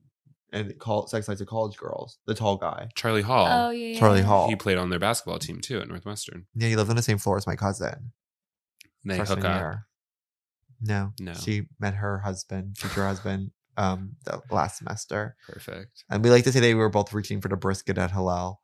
A: and called sex lights of college girls. The tall guy,
C: charlie hall
B: Oh yeah.
A: Charlie
B: yeah.
A: Hall.
C: He played on their basketball team too at Northwestern.
A: yeah, he lived on the same floor as my cousin.
C: They hook
A: freshman
C: up.
A: year. No,
C: No.
A: She met her husband, future husband, um, the last semester,
C: *laughs* Perfect.
A: and we like to say that we were both reaching for the brisket at Hillel.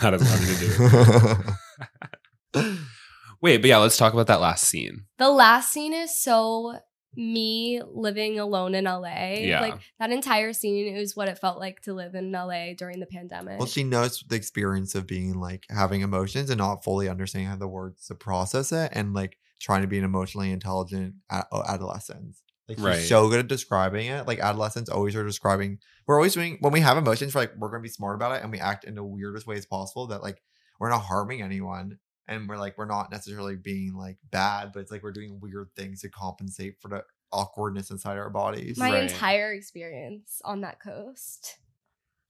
C: that has nothing to do.
A: *laughs*
C: *laughs* Wait, but yeah, let's talk about that last scene.
B: The last scene is so me living alone in LA.
C: Yeah.
B: Like that entire scene is what it felt like to live in LA during the pandemic.
A: well, she knows the experience of being like having emotions and not fully understanding how the words to process it, and like trying to be an emotionally intelligent a- uh, adolescent. Like she's
C: Right.
A: so good at describing it. Like adolescents always are describing. We're always doing when we have emotions. We're like we're gonna be smart about it, and we act in the weirdest ways possible. That like we're not harming anyone, and we're like we're not necessarily being like bad, but it's like we're doing weird things to compensate for the awkwardness inside our bodies.
B: My
C: Right.
B: entire experience on that coast.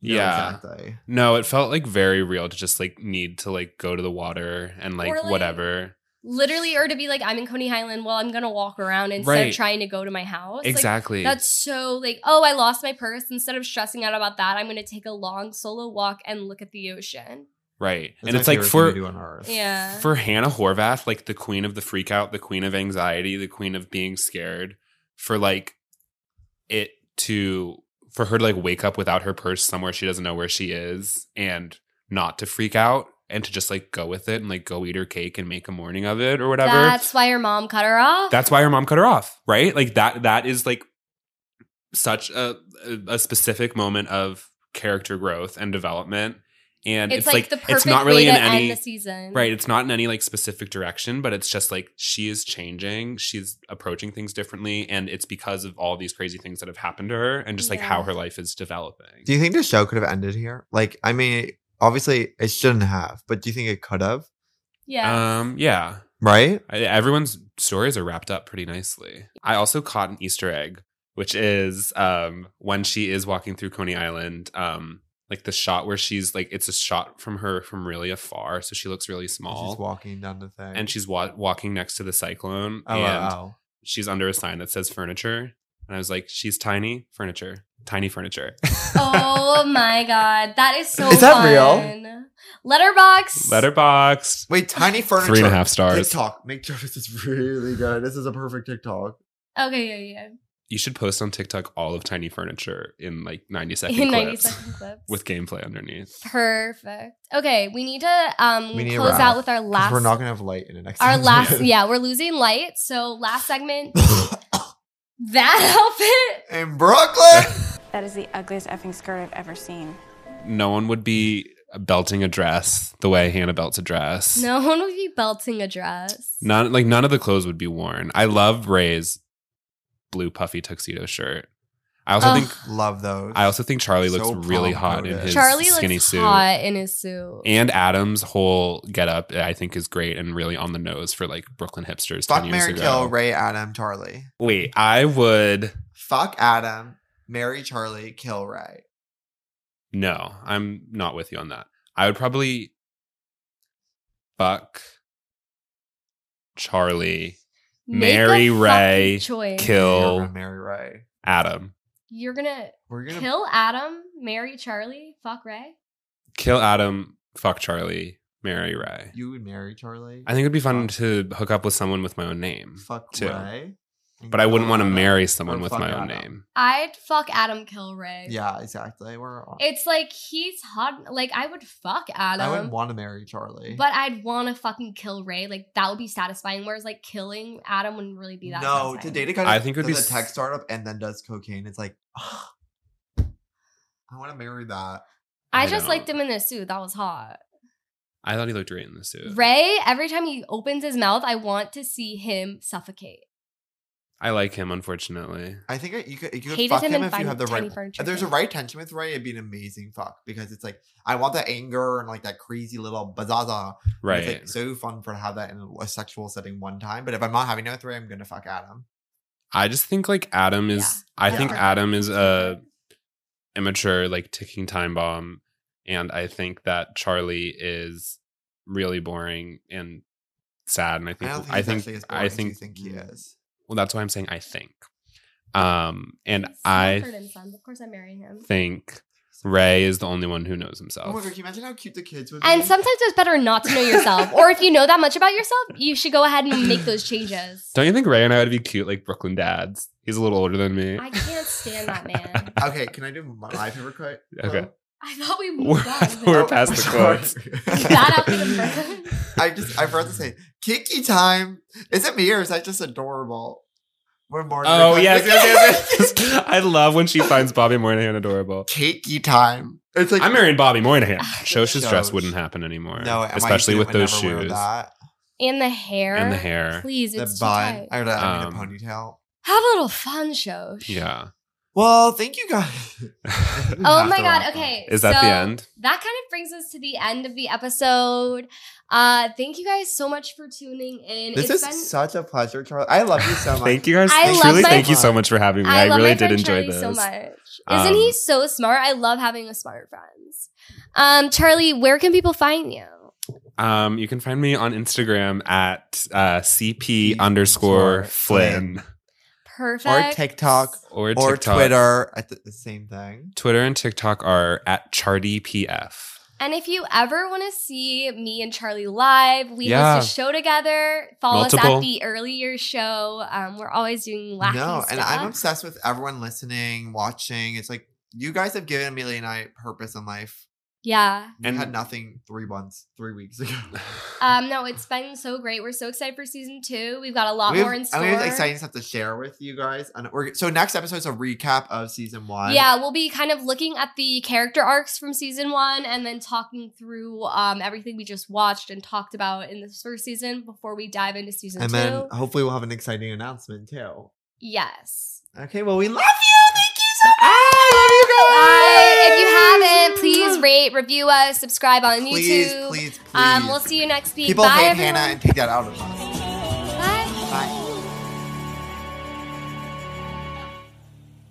A: You know,
C: yeah.
A: exactly.
C: No, it felt like very real to just like need to like go to the water and like,
B: Or, like,
C: whatever.
B: literally or to be like i'm in coney island well i'm gonna walk around instead
C: Right.
B: of trying to go to my house like,
C: Exactly.
B: that's so like oh i lost my purse instead of stressing out about that i'm gonna take a long solo walk and look at the ocean
C: right.
A: That's
C: and
A: my
C: it's like
A: favorite thing to
C: for
A: do on Earth.
B: yeah
C: for Hannah Horvath, like the queen of the freak out, the queen of anxiety, the queen of being scared, for like it to for her to like wake up without her purse somewhere she doesn't know where she is and not to freak out and to just like go with it and like go eat her cake and make a morning of it or whatever.
B: That's why your mom cut her off.
C: That's why her mom cut her off, right? Like that that is like such a a- a specific moment of character growth and development. And
B: it's, like, the perfect
C: it's not really
B: way
C: in
B: to
C: any
B: end the season.
C: right, it's not in any like specific direction, but it's just like she is changing, she's approaching things differently, and it's because of all these crazy things that have happened to her and just like how
B: Yeah.
C: her life is developing.
A: Do you think the show could have ended here? Like, I mean, obviously it shouldn't have, but do you think it could have?
B: Yeah.
C: Um yeah.
A: Right?
C: I, everyone's stories are wrapped up pretty nicely. I also caught an Easter egg, which is um, when she is walking through Coney Island, um, like the shot where she's like, it's a shot from her from really afar, so she looks really small,
A: She's walking down the thing.
C: and she's wa- walking next to the cyclone,
A: oh,
C: and
A: wow.
C: she's under a sign that says furniture, and I was like, she's tiny furniture,
B: *laughs*
C: tiny furniture.
B: oh my god, that is so.
A: Is that real?
B: real? Letterbox.
C: Letterboxed.
A: Wait, tiny furniture.
C: Three and a half stars.
A: TikTok. Make sure this is really good. This is a perfect TikTok.
B: Okay, yeah,
C: You should post on TikTok all of tiny furniture in like ninety
B: yeah.
C: second
B: In ninety
C: clips
B: second clips.
C: with gameplay underneath.
B: Perfect. Okay, we need to um
A: We need to
B: close
A: wrap,
B: out with our
A: 'Cause
B: last.
A: We're not gonna have light in the next *laughs*
B: our
A: episode.
B: last. Yeah, we're losing light. So
A: *laughs*
B: last segment. That outfit.
A: in Brooklyn.
C: *laughs*
D: That is the ugliest effing skirt I've ever seen.
C: no one would be belting a dress the way Hannah belts a dress.
B: No one would be belting a dress.
C: None like none of the clothes would be worn. I love Ray's blue puffy tuxedo shirt. I also
B: Ugh.
C: think
A: Love those.
C: I also think Charlie looks
A: So
C: really hot in
A: prom-coded.
C: his
B: Charlie
C: skinny
B: looks
C: suit.
B: hot in his suit.
C: And Adam's whole getup, I think, is great and really on the nose for like Brooklyn hipsters.
A: fuck
C: 10 years
A: Mary
C: ago.
A: Kill, Ray Adam, Charlie.
C: Wait, I would
A: Fuck Adam, Mary Charlie, kill Ray.
C: no. I'm not with you on that. I would probably fuck Charlie,
B: Make a
C: Mary
B: fucking
C: Ray
B: choice.
A: You're
C: kill
A: gonna marry Ray.
C: Adam.
B: You're gonna
A: We're gonna
B: kill Adam, marry Charlie, fuck Ray.
C: Kill Adam, fuck Charlie, marry Ray.
A: you would marry Charlie.
C: I think it'd be fun to hook up with someone with my own name.
A: fuck
C: too.
A: Ray. and
C: But I
A: kill
C: wouldn't want to
A: Adam.
C: marry someone
A: Or
C: with
A: fuck
C: my own
A: Adam.
C: name.
B: I'd fuck Adam, kill Ray.
A: Yeah, exactly. We're on.
B: It's like he's hot. Like I would fuck Adam.
A: I wouldn't want to marry Charlie.
B: But I'd want to fucking kill Ray. Like that would be satisfying. Whereas like killing Adam wouldn't really be that.
A: no, to
B: satisfying.
A: date a guy.
C: I
A: that
C: think it would
A: does
C: be
A: a tech
C: s-
A: startup and then does cocaine. It's like, ah, I want to marry that.
B: I,
C: I
B: just
C: don't.
B: liked him in this suit. That was hot.
C: I thought he looked great in the suit.
B: Ray. Every time he opens his mouth, I want to see him suffocate.
C: I like him, unfortunately.
A: I think it- you could, you could
B: Hated
A: fuck
B: him
A: him,
B: in
A: if you
B: Fin-
A: have the
B: Tiny
A: right.
B: Furniture
A: If there's a
B: Thing.
A: right tension with Ray, it'd be an amazing fuck because it's like I want that anger and like that crazy little bazaza. And
C: Right.
A: It's like so fun for to have that in a sexual setting one time. But if I'm not having it with Ray, I'm gonna fuck Adam.
C: I just think like Adam is I
B: Yeah.
C: think Adam is a immature, like ticking time bomb. And I think that Charlie is really boring and sad. And I
A: I
C: think
A: don't think
C: I
A: he's
C: think
A: actually as boring
C: I
A: as you
C: think mm,
A: think he is.
C: well that's why I'm saying I think. Um and
B: He's
C: I
B: Sanford and Sons. Of course, I'm marrying him.
C: think Ray is the only one who knows
A: Oh
C: himself.
A: my god! Can you imagine how cute the kids would be?
B: And sometimes it's better not to know yourself. or if you know that much about yourself, you should go ahead and make those changes.
C: Don't you think Ray and I would be cute like Brooklyn dads? He's a little older than me.
B: I can't stand
C: *laughs*
A: *laughs*
B: that man.
A: Okay, can I do my, my favorite quote?
C: Okay.
B: I thought we
C: We're-
B: moved on.
C: we're
B: though.
C: past
A: *laughs* Oh,
C: the
A: sorry.
C: quotes.
B: That after the
C: *laughs*
A: *laughs*
B: first.
A: I just I forgot to say Kiki time. Is it me or is that just adorable? We're more.
C: Oh
A: *laughs*
C: yes, yes, yes, yes. I love when she finds Bobby Moynihan adorable.
A: Kiki time. It's like
C: I'm marrying Bobby Moynihan. Shosha's dress
A: Shosh.
C: wouldn't happen anymore.
A: No, my
C: especially
A: dude
C: with
A: would
C: those
A: never wear
C: shoes
A: That.
B: And the hair.
C: and the hair.
B: Please,
A: The
B: it's too
A: bun.
B: tight.
A: I would have
C: Um,
A: a ponytail.
B: Have a little fun show.
A: *laughs*
C: Yeah.
A: Well, thank you guys. We
B: Oh
A: have
B: my
A: to
B: god.
A: wrap up.
B: Okay.
C: Is that
B: so
C: the end?
B: That kind of brings us to the end of the episode. Uh, thank you guys so much for tuning in.
A: This
B: It's
A: is such a pleasure, Charlie. I love you so much.
C: *laughs* Thank you guys.
B: I
C: Thank-
B: love
C: truly,
B: my-
C: thank you so much for having me. I,
B: love
C: really
B: my
C: did
B: friend
C: enjoy
B: Charlie
C: this.
B: so much. Isn't he
C: Um,
B: so smart? I love having a smart friends. Um, Charlie, where can people find you?
C: Um, you can find me on Instagram at uh, cp underscore
A: underscore
C: Flynn
B: Perfect.
A: TikTok.
C: or,
A: Or
C: TikTok.
A: Twitter at the, the same thing.
C: Twitter and TikTok are at chartypf.
B: And if you ever want to see me and Charlie live, we
C: Yeah.
B: host a show together. Follow us
C: Multiple.
B: at the earlier show. Um, we're always doing wacky
A: no,
B: stuff.
A: and I'm obsessed with everyone listening, watching. It's like you guys have given Amelia and I purpose in life.
B: yeah.
A: We had
C: And-
A: nothing three months, three weeks *laughs* ago.
B: Um, no, it's been so great. We're so excited for season two. We've got a lot
A: We've-
B: more in store.
A: and we have exciting stuff to share with you guys. And we're, so next episode's a recap of season one.
B: Yeah, we'll be kind of looking at the character arcs from season one and then talking through um, everything we just watched and talked about in this first season before we dive into season
A: And
B: two.
A: then hopefully we'll have an exciting announcement too.
B: yes.
A: Okay, well we love you. Thank you so much. I
B: Uh, if you haven't, please rate, review us, subscribe on
A: please,
B: YouTube.
A: please, please.
B: Um, we'll see you next week.
A: People
B: Bye,
A: hate
B: everyone.
A: Hannah and take that out of us.